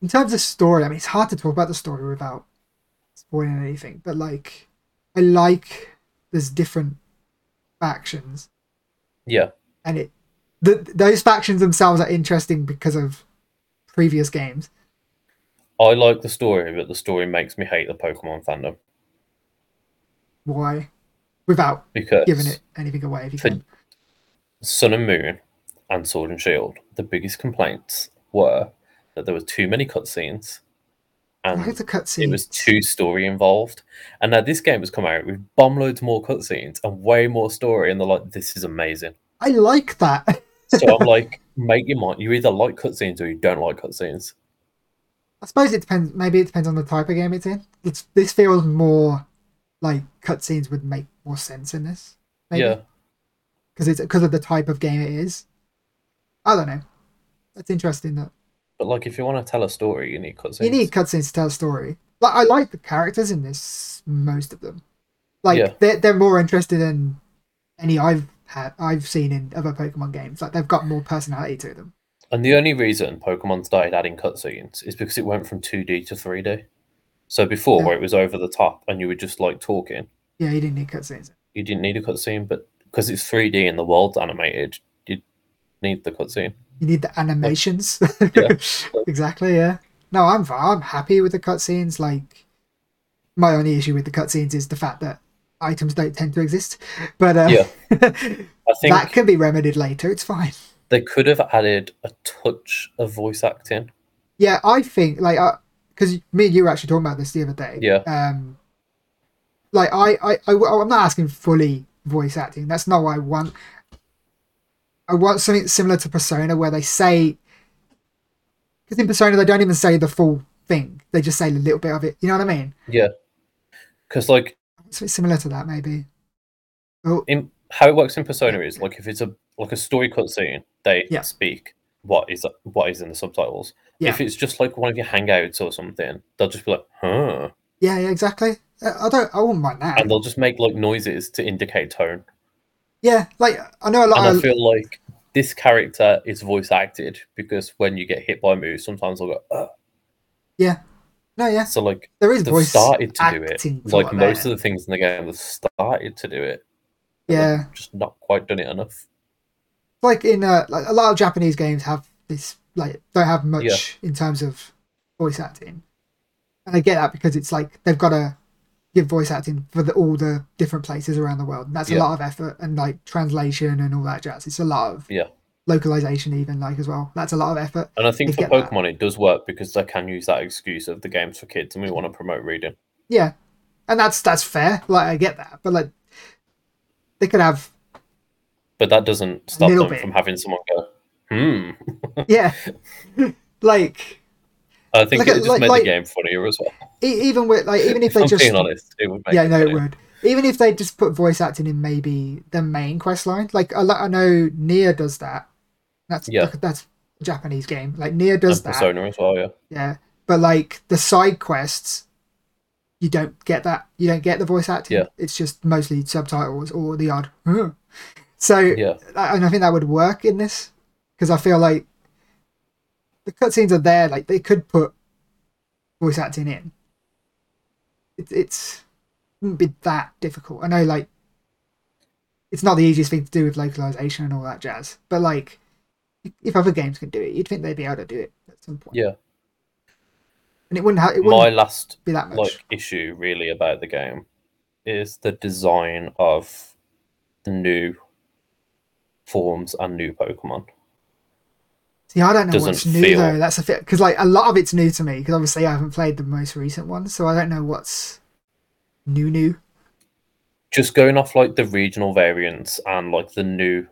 in terms of story, I mean, it's hard to talk about the story without spoiling anything, but like, I like there's different factions, Yeah. and it the, those factions themselves are interesting because of previous games. I like the story, but the story makes me hate the Pokemon fandom Why, without because giving it anything away, if you For- can. Sun and Moon and Sword and Shield, the biggest complaints were that there were too many cutscenes I and like the it was cutscenes. too story involved. And now this game has come out with bombloads more cutscenes and way more story, and they're like, "This is amazing." I like that. [laughs] So I'm like, "Make your mind. You either like cutscenes or you don't like cutscenes." I suppose it depends. Maybe it depends on the type of game it's in. It's this feels more like cutscenes would make more sense in this. Maybe. Yeah, because it's because of the type of game it is. I don't know. That's interesting. That but like, if you want to tell a story, you need cutscenes. you need cutscenes to tell a story. Like I like the characters in this, most of them. Like Yeah. they're they're more interested in any I've had I've seen in other Pokemon games. Like they've got more personality to them. And the only reason Pokemon started adding cutscenes is because it went from 2D to 3D. So before, Yeah. where it was over the top and you were just like talking. Yeah, you didn't need cutscenes. you didn't need a cutscene, but because it's 3D and the world's animated, you need the cutscene. You need the animations. [laughs] Yeah. exactly. Yeah. No, I'm fi- I'm happy with the cutscenes. Like my only issue with the cutscenes is the fact that items don't tend to exist. But uh, Yeah. [laughs] I think that can be remedied later. It's fine. they could have added a touch of voice acting. Yeah, I think like because me and you were actually talking about this the other day. Yeah. Um, like I, I, I, am not asking fully voice acting. That's not what I want. I want something similar to Persona where they say, because in Persona they don't even say the full thing. They just say a little bit of it. You know what I mean? Because, like, Something similar to that maybe. Oh, in how it works in Persona is like if it's a like a story cutscene, they Yeah. speak what is what is in the subtitles. Yeah. If it's just like one of your hangouts or something, they'll just be like, huh, yeah, yeah, exactly. Uh, I I don't. I wouldn't mind that. and they'll just make like noises to indicate tone. Yeah, like I know a lot And I of feel like this character is voice acted because when you get hit by moves, sometimes they'll go, uh. no. Yes, so like there is they've voice. started to do acting it. Like sort of most there. of the things in the game, they've started to do it. but they've Yeah. just not quite done it enough. like in uh, like a lot of Japanese games have this like don't have much in terms of voice acting, and I get that because it's like they've got to give voice acting for the, all the different places around the world, and that's a Yeah. lot of effort and like translation and all that jazz. It's a lot of Yeah. localization even like as well. That's a lot of effort. And I think I for get that. Pokemon, it does work because they can use that excuse of the games for kids, and we want to promote reading. Yeah, and that's that's fair. Like I get that, but like they could have But that doesn't stop little them bit. from having someone go, hmm. [laughs] yeah, [laughs] like I think Like a- it just like- made like- the game funnier as well. e- even with like even if they I'm just being honest, it would make yeah, it no, it funnier. would. Even if they just put voice acting in maybe the main quest line, like I, I know Nia does that. That's Yeah. that's a Japanese game. Like Nia And does that. Persona as well, yeah. Yeah, but like the side quests, you don't get that. You don't get the voice acting. Yeah. It's just mostly subtitles or the odd. [laughs] "Huh." So Yeah. I- and I think that would work in this because I feel like the cutscenes are there. Like they could put voice acting in. It, it's wouldn't be that difficult. I know, like it's not the easiest thing to do with localization and all that jazz, but like if other games can do it, you'd think they'd be able to do it at some point. Yeah. And it wouldn't, ha- it My wouldn't last be that much. like issue really about the game is the design of the new forms and new Pokemon. See, I don't know doesn't what's new feel- though. That's a fit because like a lot of it's new to me because obviously I haven't played the most recent one, so I don't know what's new new. Just going off like the regional variants and like the new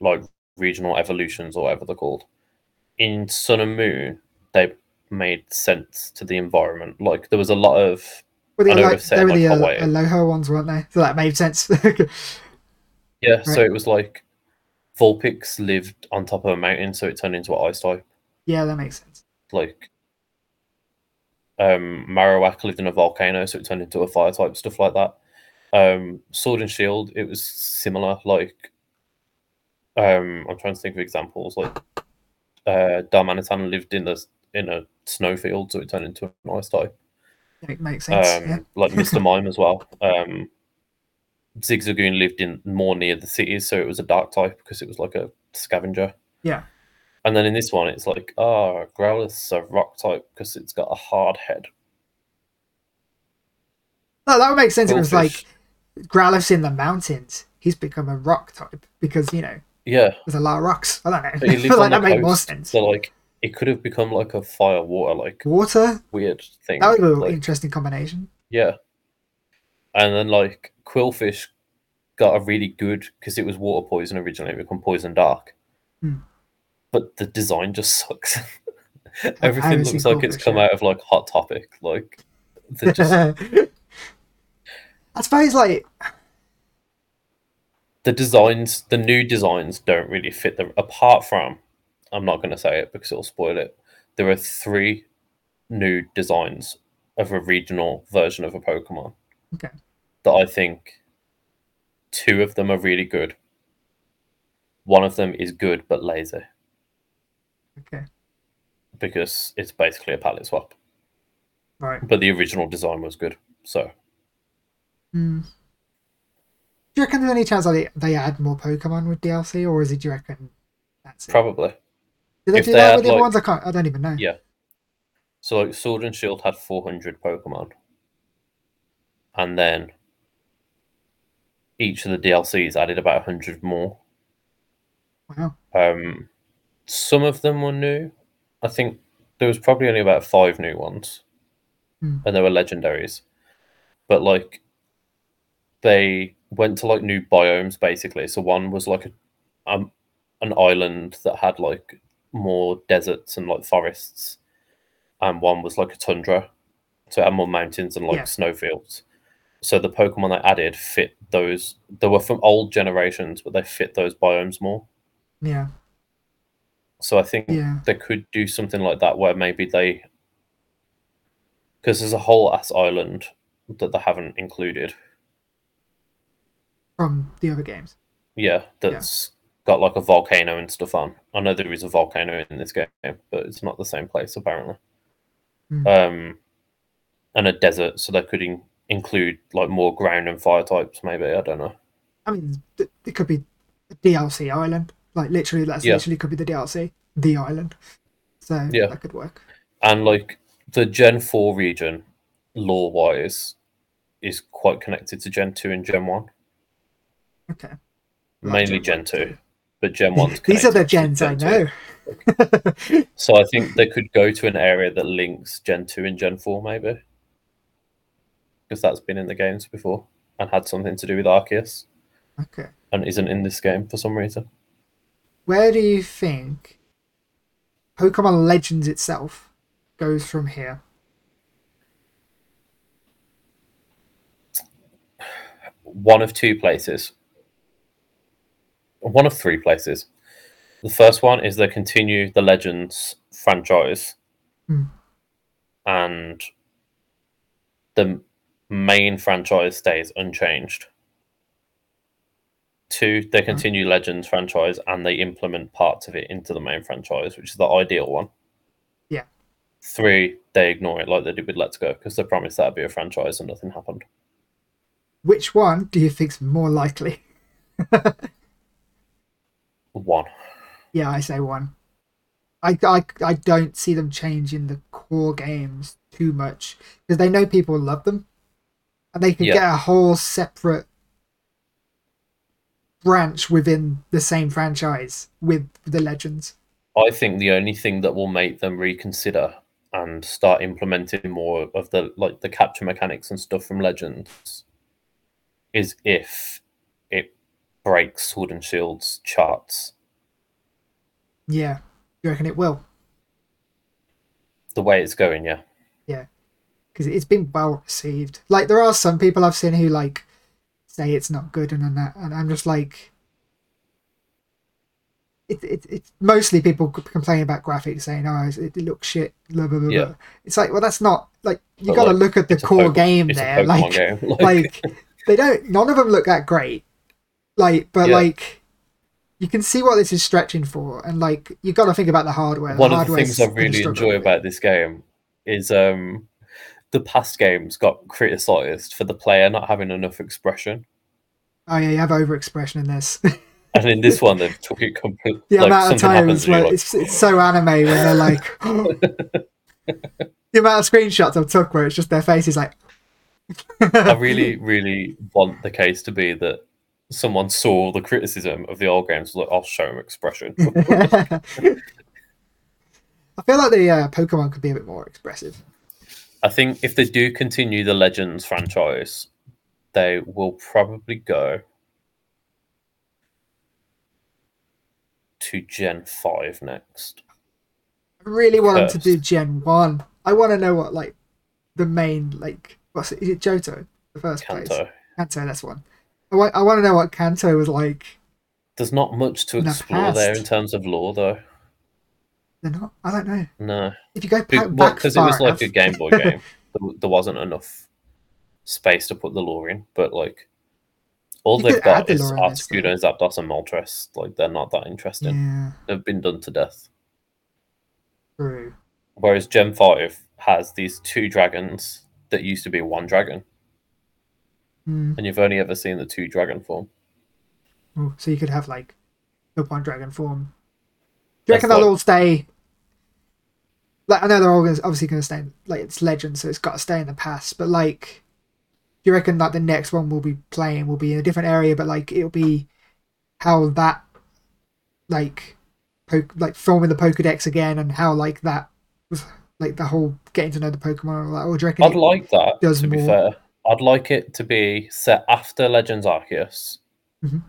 like regional evolutions or whatever they're called. In Sun and Moon, they made sense to the environment. Like there was a lot of Well, I know like, we've said, they were like, the Al- Hawaii. Aloha ones, weren't they? So that made sense. [laughs] Yeah, so Right. it was like Vulpix lived on top of a mountain, so it turned into an ice type. yeah, that makes sense. Like um Marowak lived in a volcano, so it turned into a fire type, stuff like that. Um Sword and Shield, it was similar, like um I'm trying to think of examples, like uh Darmanitan lived in a in a snowfield, so it turned into an ice type. It makes sense. um, yeah. [laughs] like Mr. Mime as well. Um, Zigzagoon lived in more near the cities, so it was a dark type because it was like a scavenger. Yeah. And then in this one, it's like, oh, Growlithe's a rock type because it's got a hard head. No, that would make sense. It was like Goldfish. Growlithe's in the mountains. He's become a rock type because you know Yeah. there's a lot of rocks. I don't know. [laughs] But I he lives feel like on that the made more coast, sense. So, like, it could have become like a fire water, like Water. weird thing. That would be an like- interesting combination. Yeah. And then like Quillfish got a really good because it was water poison originally, it become poison dark. Hmm. But the design just sucks. [laughs] haven't Everything seen looks like it's Quillfish come yet. out of like Hot Topic. Like they're just [laughs] I suppose like the designs, the new designs don't really fit them. Apart from, I'm not going to say it because it'll spoil it. There are three new designs of a regional version of a Pokemon. Okay. That I think two of them are really good. One of them is good but lazy okay, because it's basically a palette swap. right. But the original design was good. So Hmm. Do you reckon there's any chance that they, they add more Pokemon with DLC, or is it? Do you reckon that's it? probably. Do they if do they that add, with the other like- ones? I can't. I don't even know. Yeah. So like Sword and Shield had 400 Pokemon. And then each of the DLCs added about 100 more. Wow. Um, some of them were new. I think there was probably only about five new ones. Hmm. And they were legendaries. But like they went to like new biomes basically. So one was like a um an island that had like more deserts and like forests, and one was like a tundra, so it had more mountains and like Yeah. snowfields. So the Pokemon they added fit those. They were from old generations, but they fit those biomes more. Yeah. So I think Yeah. they could do something like that where maybe they, because there's a whole ass island that they haven't included. From the other games. Yeah. Yeah, that's got like a volcano and stuff on. I know there is a volcano in this game, but it's not the same place apparently. Hmm. Um, and a desert, so they could in- include like more ground and fire types. Maybe I don't know. I mean, th- it could be a DLC island. Like literally, that's Yeah. literally could be the DLC, the island. So Yeah. that could work. And like the Gen Four region, lore wise, is quite connected to Gen Two and Gen One, Okay. Like mainly Gen [laughs] Gen Two, but Gen One. These are the gens I know. [laughs] So I think they could go to an area that links Gen 2 and Gen 4, maybe. Because that's been in the games before and had something to do with Arceus Okay. and isn't in this game for some reason. Where do you think Pokemon Legends itself goes from here? One of two places. One of three places. The first one is they continue the Legends franchise Hmm. and the main franchise stays unchanged. Two, Hmm. they continue Legends franchise and they implement parts of it into the main franchise, which is the ideal one. Yeah. Three, they ignore it like they did with Let's Go because they promised that'd be a franchise and nothing happened. Which one do you think's more likely? One. Yeah, I say one. I, I, I don't see them changing the core games too much because they know people love them and they can Yeah. get a whole separate branch within the same franchise with the legends. I think the only thing that will make them reconsider and start implementing more of the like the capture mechanics and stuff from Legends is if it breaks Sword and Shield's charts. Yeah. You reckon it will? The way it's going, yeah. because it's been well received. Like there are some people I've seen who like say it's not good and then that, and I'm just like, it, it it's mostly people c- complain about graphics saying oh it's- it looks shit blah blah blah. Yeah. blah. It's like well that's not like you But, got to like, look at the it's a core Pokemon- game It's there a Pokemon like game. [laughs] Like, [laughs] like they don't none of them look that great like but Yeah. like you can see what this is stretching for and like you got to think about the hardware one the of the hardware's things I gonna really struggle enjoy with it. about this game is um the past games got criticized for the player not having enough expression. oh yeah you have overexpression in this And in [laughs] this one they've took it completely the like amount of something times happens and you're where like, it's, it's so anime when they're like [gasps] the amount of screenshots I've took where it's just their face is like [laughs] I really, really want the case to be that someone saw the criticism of the old games. Like, I'll show him expression. Hmm. I feel like the uh, Pokemon could be a bit more expressive. I think if they do continue the Legends franchise, they will probably go to Gen Five next. I really want them to First. do Gen One. I want to know what like the main like what's it, is it Johto the first place Kanto. Kanto that's one. I want I want to know what Kanto was like. There's not much to In the explore there past. in terms of lore, though. They're not. I don't know. No, If you go because back, back it far was enough, like a [laughs] Game Boy game. there, there wasn't enough space to put the lore in, but like all You they've could add got the is lore in this, Articuno, Zapdos, and Moltres. Like they're not that interesting. yeah, They've been done to death. true. Whereas Gen Five has these two dragons that used to be one dragon, Hmm. and you've only ever seen the two dragon form. Ooh, so you could have like the one dragon form. Do you That's reckon they'll like- all stay? Like I know they're all gonna, obviously going to stay. in- Like it's legend, so it's got to stay in the past. But like, do you reckon like the next one we'll be playing will be in a different area? But like it'll be how that like po- like filming the Pokedex again and how like that was like the whole getting to know the Pokemon. and all that. Or do you reckon I'd it- like that. does To be more. fair, I'd like it to be set after Legends Arceus, Mhm.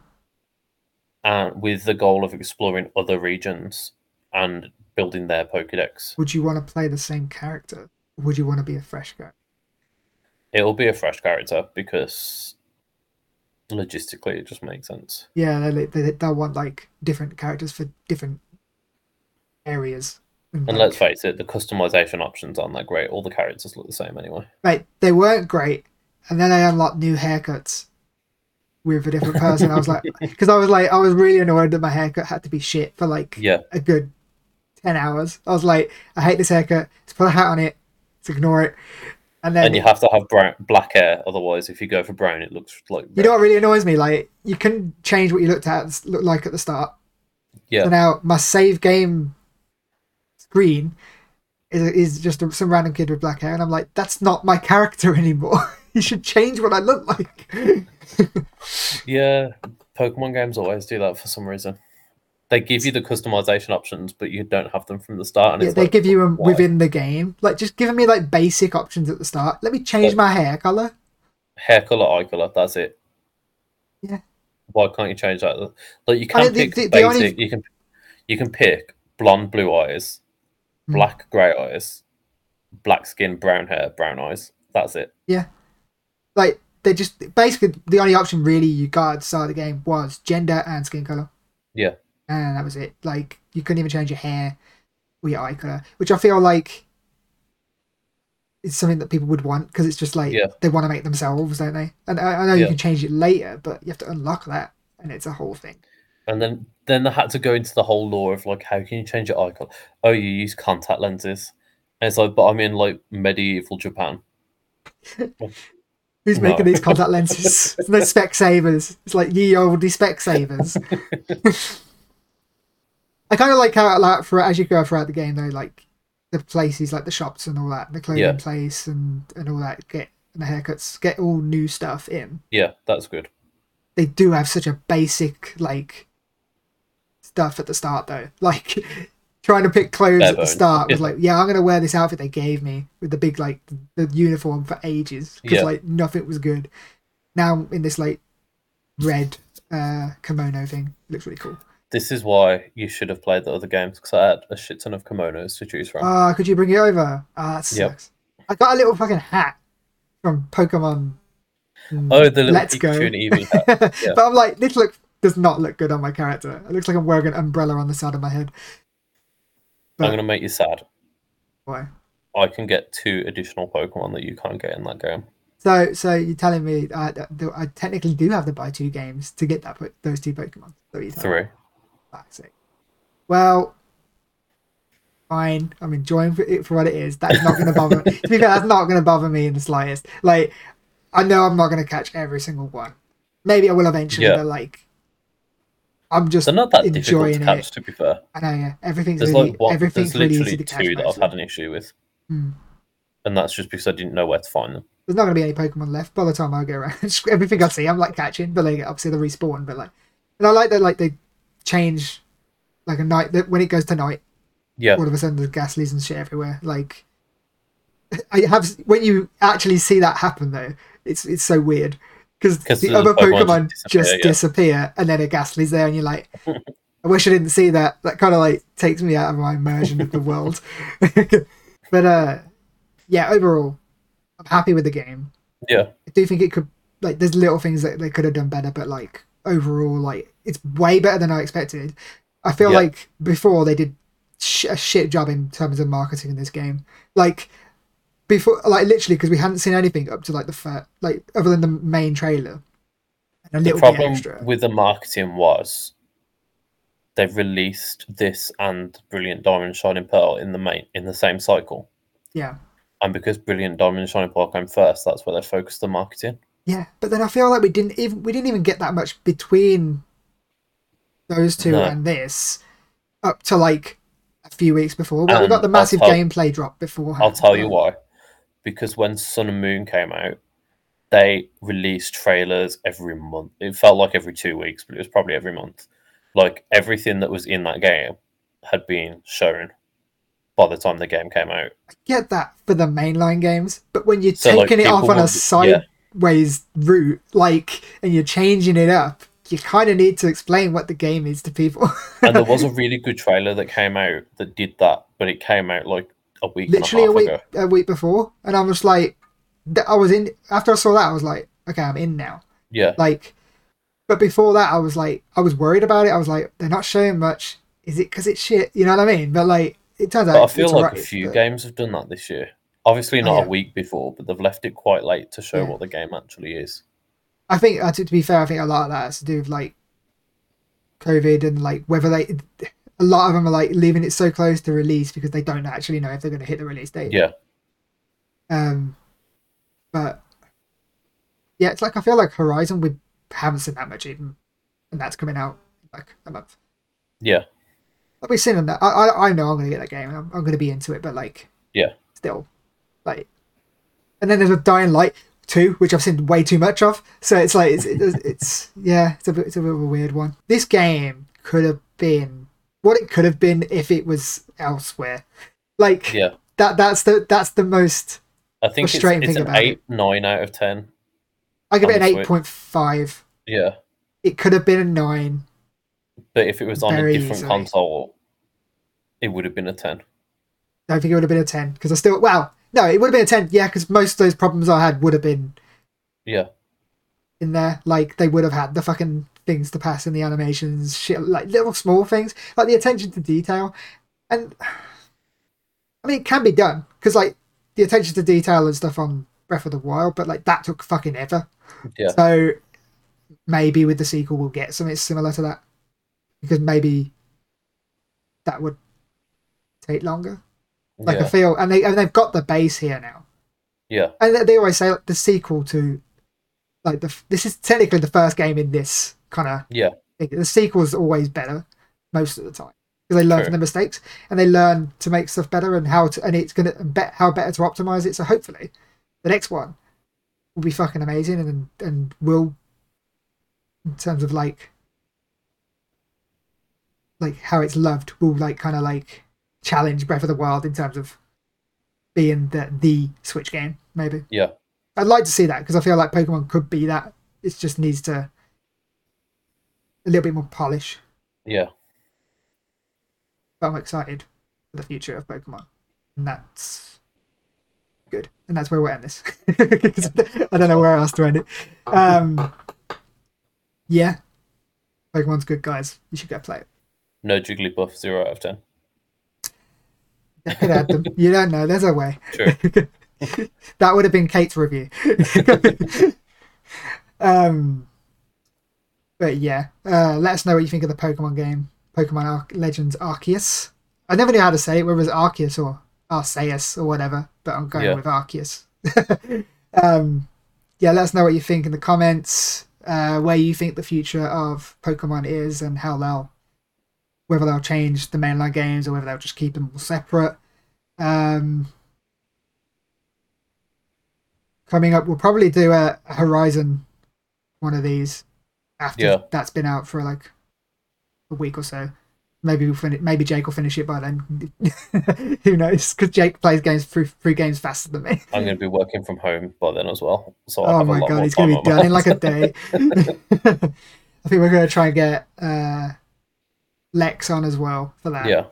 and with the goal of exploring other regions and building their Pokédex. would you want to play the same character? Would you want to be a fresh guy? It'll be a fresh character because logistically it just makes sense. Yeah, they, they, they'll want like different characters for different areas. And like- let's face it, the customization options aren't that great. All the characters look the same anyway. Mate, they weren't great, and then I unlocked new haircuts with a [laughs] different person. I was like, because I was like, I was really annoyed that my haircut had to be shit for like Yeah, a good ten hours. I was like, I hate this haircut. Let's put a hat on it. Let's ignore it. And then and you have to have brown, black hair, otherwise, if you go for brown, it looks like you know what really annoys me? Like you couldn't change what you looked at looked like at the start. yeah, So now my save game screen is, is just some random kid with black hair, and I'm like, that's not my character [laughs] anymore. you should change what I look like. yeah. Pokemon games always do that for some reason. They give you the customization options, but you don't have them from the start. And yeah, it's they like, give you them why? within the game. Like, just giving me like basic options at the start. Let me change Like- my hair color. hair color, eye color. That's it. Yeah. Why can't you change that? Like you can mean, the- pick the- the basic. only- You can you can pick blonde, blue eyes, Hmm. black, grey eyes, black skin, brown hair, brown eyes. That's it. Like, they just basically the only option really you got at the start of the game was gender and skin color. Yeah. And that was it. Like, you couldn't even change your hair or your eye color, which I feel like it's something that people would want because it's just like Yeah. they want to make themselves, don't they? And I, I know you Yeah. can change it later, but you have to unlock that, and it's a whole thing. And then then they had to go into the whole law of like how can you change your icon? Oh, you use contact lenses. And it's like, but I'm in like medieval Japan. Who's No. making these contact lenses? There's no spec savers. It's like ye olde spec savers. I kind of like how like for as you go throughout the game though, like the places, like the shops and all that, the clothing Yeah. place and and all that get and the haircuts get all new stuff in. Yeah, that's good. They do have such a basic like stuff at the start though, [laughs] like. Trying to pick clothes Bare at the bones. start was Yeah. like, yeah, I'm gonna wear this outfit they gave me with the big like the uniform for ages because Yeah. like nothing was good. Now in this like red uh kimono thing, it looks really cool. This is why you should have played the other games because I had a shit ton of kimonos to choose from. Ah, could you bring it over? Ah, that Yep. sucks. I got a little fucking hat from Pokemon. Mm. oh, the little let's go. Pikachu and Eevee [laughs] hat. but I'm like, this look does not look good on my character. It looks like I'm wearing an umbrella on the side of my head. I'm gonna make you sad. Why? I can get two additional Pokemon that you can't get in that game. So, so you're telling me I, that I technically do have to buy two games to get that po- those two Pokemon? So you Three. Fuck's sake. Well, fine. I'm enjoying it for what it is. That's not going to bother. [laughs] to be fair, that's not going to bother me in the slightest. Like, I know I'm not going to catch every single one. Maybe I will eventually, Yeah. but like, I'm just They're not that difficult enjoying to catch, it. to be fair. I know. Yeah, everything's There's really, like one, everything's there's really easy literally to catch. two that I've most of had them. an issue with, Hmm. and that's just because I didn't know where to find them. There's not going to be any Pokemon left by the time I go around. [laughs] Everything I see, I'm like catching, but like obviously they respawn. But like, and I like that like they change like a night that when it goes to night, Yeah, all of a sudden there's ghastlies and shit everywhere. Like I have when you actually see that happen though, it's it's so weird because 'Cause the the other Pokemon Pokemon just, just disappear, disappear, yeah. and then a ghastly's there and you're [laughs] like, I wish I didn't see that. That kind of like takes me out of my immersion of the world. [laughs] but uh, yeah, overall, I'm happy with the game. yeah, I do think it could like there's little things that they could have done better, but like overall, like it's way better than I expected. I feel Yeah. like before they did sh- a shit job in terms of marketing in this game. Like before, like literally because we hadn't seen anything up to like the fir- like other than the main trailer and a the little bit problem extra. with the marketing was they released this and Brilliant Diamond Shining Pearl in the main in the same cycle, yeah, and because Brilliant Diamond Shining Pearl came first, that's where they focused the marketing. yeah. But then I feel like we didn't even we didn't even get that much between those two No. and this up to like a few weeks before. Like, we And got the I'll massive tell- gameplay drop beforehand. I'll tell you Like, why, because when Sun and Moon came out, they released trailers every month. It felt like every two weeks, but it was probably every month. Like everything that was in that game had been shown by the time the game came out. get that for the mainline games, but when you're So, like, taking it off people on a will- yeah. sideways route, like, and you're changing it up, you kind of need to explain what the game is to people. And [laughs] there was a really good trailer that came out that did that, but it came out like a week Literally a and a half week, ago. a week before, and I was like, th- I was in after I saw that, I was like, okay, I'm in now. Yeah, Like, but before that, I was like, I was worried about it. I was like, they're not showing much. Is it because it's shit? You know what I mean? But like, it turns out. but I it's- feel it's like alright, a few but- games have done that this year. Obviously, not yeah. a week before, but they've left it quite late to show Yeah. what the game actually is. I think uh, to, to be fair, I think a lot of that has to do with like COVID and like whether they a lot of them are like leaving it so close to release because they don't actually know if they're going to hit the release date. Yeah, Um, but yeah, it's like I feel like Horizon we haven't seen that much even, and that's coming out in, like a month. yeah, Like we've seen that. I I, I know I'm going to get that game. and I'm, I'm going to be into it, but like Yeah. still like. And then there's a Dying Light two, which I've seen way too much of. So it's like it's it's, it's yeah, it's a bit it's a bit of a weird one. This game could have been what it could have been if it was elsewhere. Like yeah. that that's the that's the most. I think it's, Frustrating it's thing an about it. eight, nine out of ten. I give it an Honestly. eight point five. Yeah. It could have been a nine. But if it was on Very a different easily. console, it would have been a 10. I don't think it would have been a ten because I still wow no it would have been a ten yeah because most of those problems I had would have been Yeah. in there. Like they would have had the fucking things to pass in the animations, shit, like little small things, like the attention to detail. And I mean, it can be done because like the attention to detail and stuff on Breath of the Wild, but like that took fucking ever. Yeah. So maybe with the sequel we'll get something similar to that. because maybe that would take longer. Like I yeah. feel, and they and they've got the base here now, yeah. and they- they always say like, the sequel to, like the f- this is technically the first game in this kind of Yeah. thing. The sequel's always better most of the time because they learn True. from their mistakes and they learn to make stuff better and how to and it's gonna and bet how better to optimize it. So hopefully, the next one will be fucking amazing and and will in terms of like like how it's loved will like kind of like challenge Breath of the Wild in terms of being the the Switch game maybe. Yeah. I'd like to see that because I feel like Pokemon could be that. It just needs to a little bit more polish. Yeah. But I'm excited for the future of Pokemon, and that's good. And that's where we'll end this. [laughs] 'Cause I don't know where else to end it. Um, yeah, Pokemon's good, guys. You should go play it. No Jigglypuff, zero out of ten. Don't get at them. You don't know. There's a way. True. [laughs] that would have been Kate's review. [laughs] um, but yeah, uh, let us know what you think of the Pokemon game, Pokemon Ar- Legends Arceus. I never knew how to say it, whether it's Arceus or Arceus or whatever, but I'm going Yeah. with Arceus. [laughs] um, yeah, let us know what you think in the comments, uh, where you think the future of Pokemon is and how they'll, whether they'll change the mainline games or whether they'll just keep them all separate. Um, coming up, we'll probably do a a Horizon one of these after Yeah. that's been out for like a week or so. Maybe we'll finish. Maybe Jake will finish it by then. [laughs] Who knows? Because Jake plays games through three games faster than me. I'm going to be working from home by then as well, so I'll Oh have a my lot god, more it's time gonna on be my done in like a [laughs] hands. day. [laughs] I think we're gonna try and get uh, Lex on as well for that, [laughs] yeah.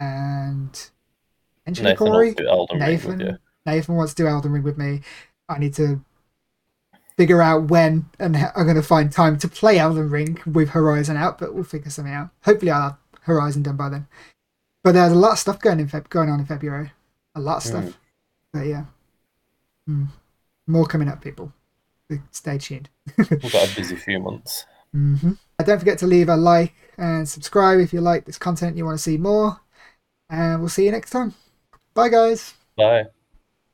and engineer Nathan, Corey. will do Elden Ring Nathan, with you. Nathan wants to do Elden Ring with me. I need to figure out when and h- I'm going to find time to play Elden Ring with Horizon out, but we'll figure something out. Hopefully, I'll have Horizon done by then. But there's a lot of stuff going in Feb- going on in February. A lot of stuff. Mm. But yeah, Mm. more coming up, people. Stay tuned. We've got a busy few months. Mm-hmm. Don't forget to leave a like and subscribe if you like this content. You want to see more, and we'll see you next time. Bye, guys. Bye.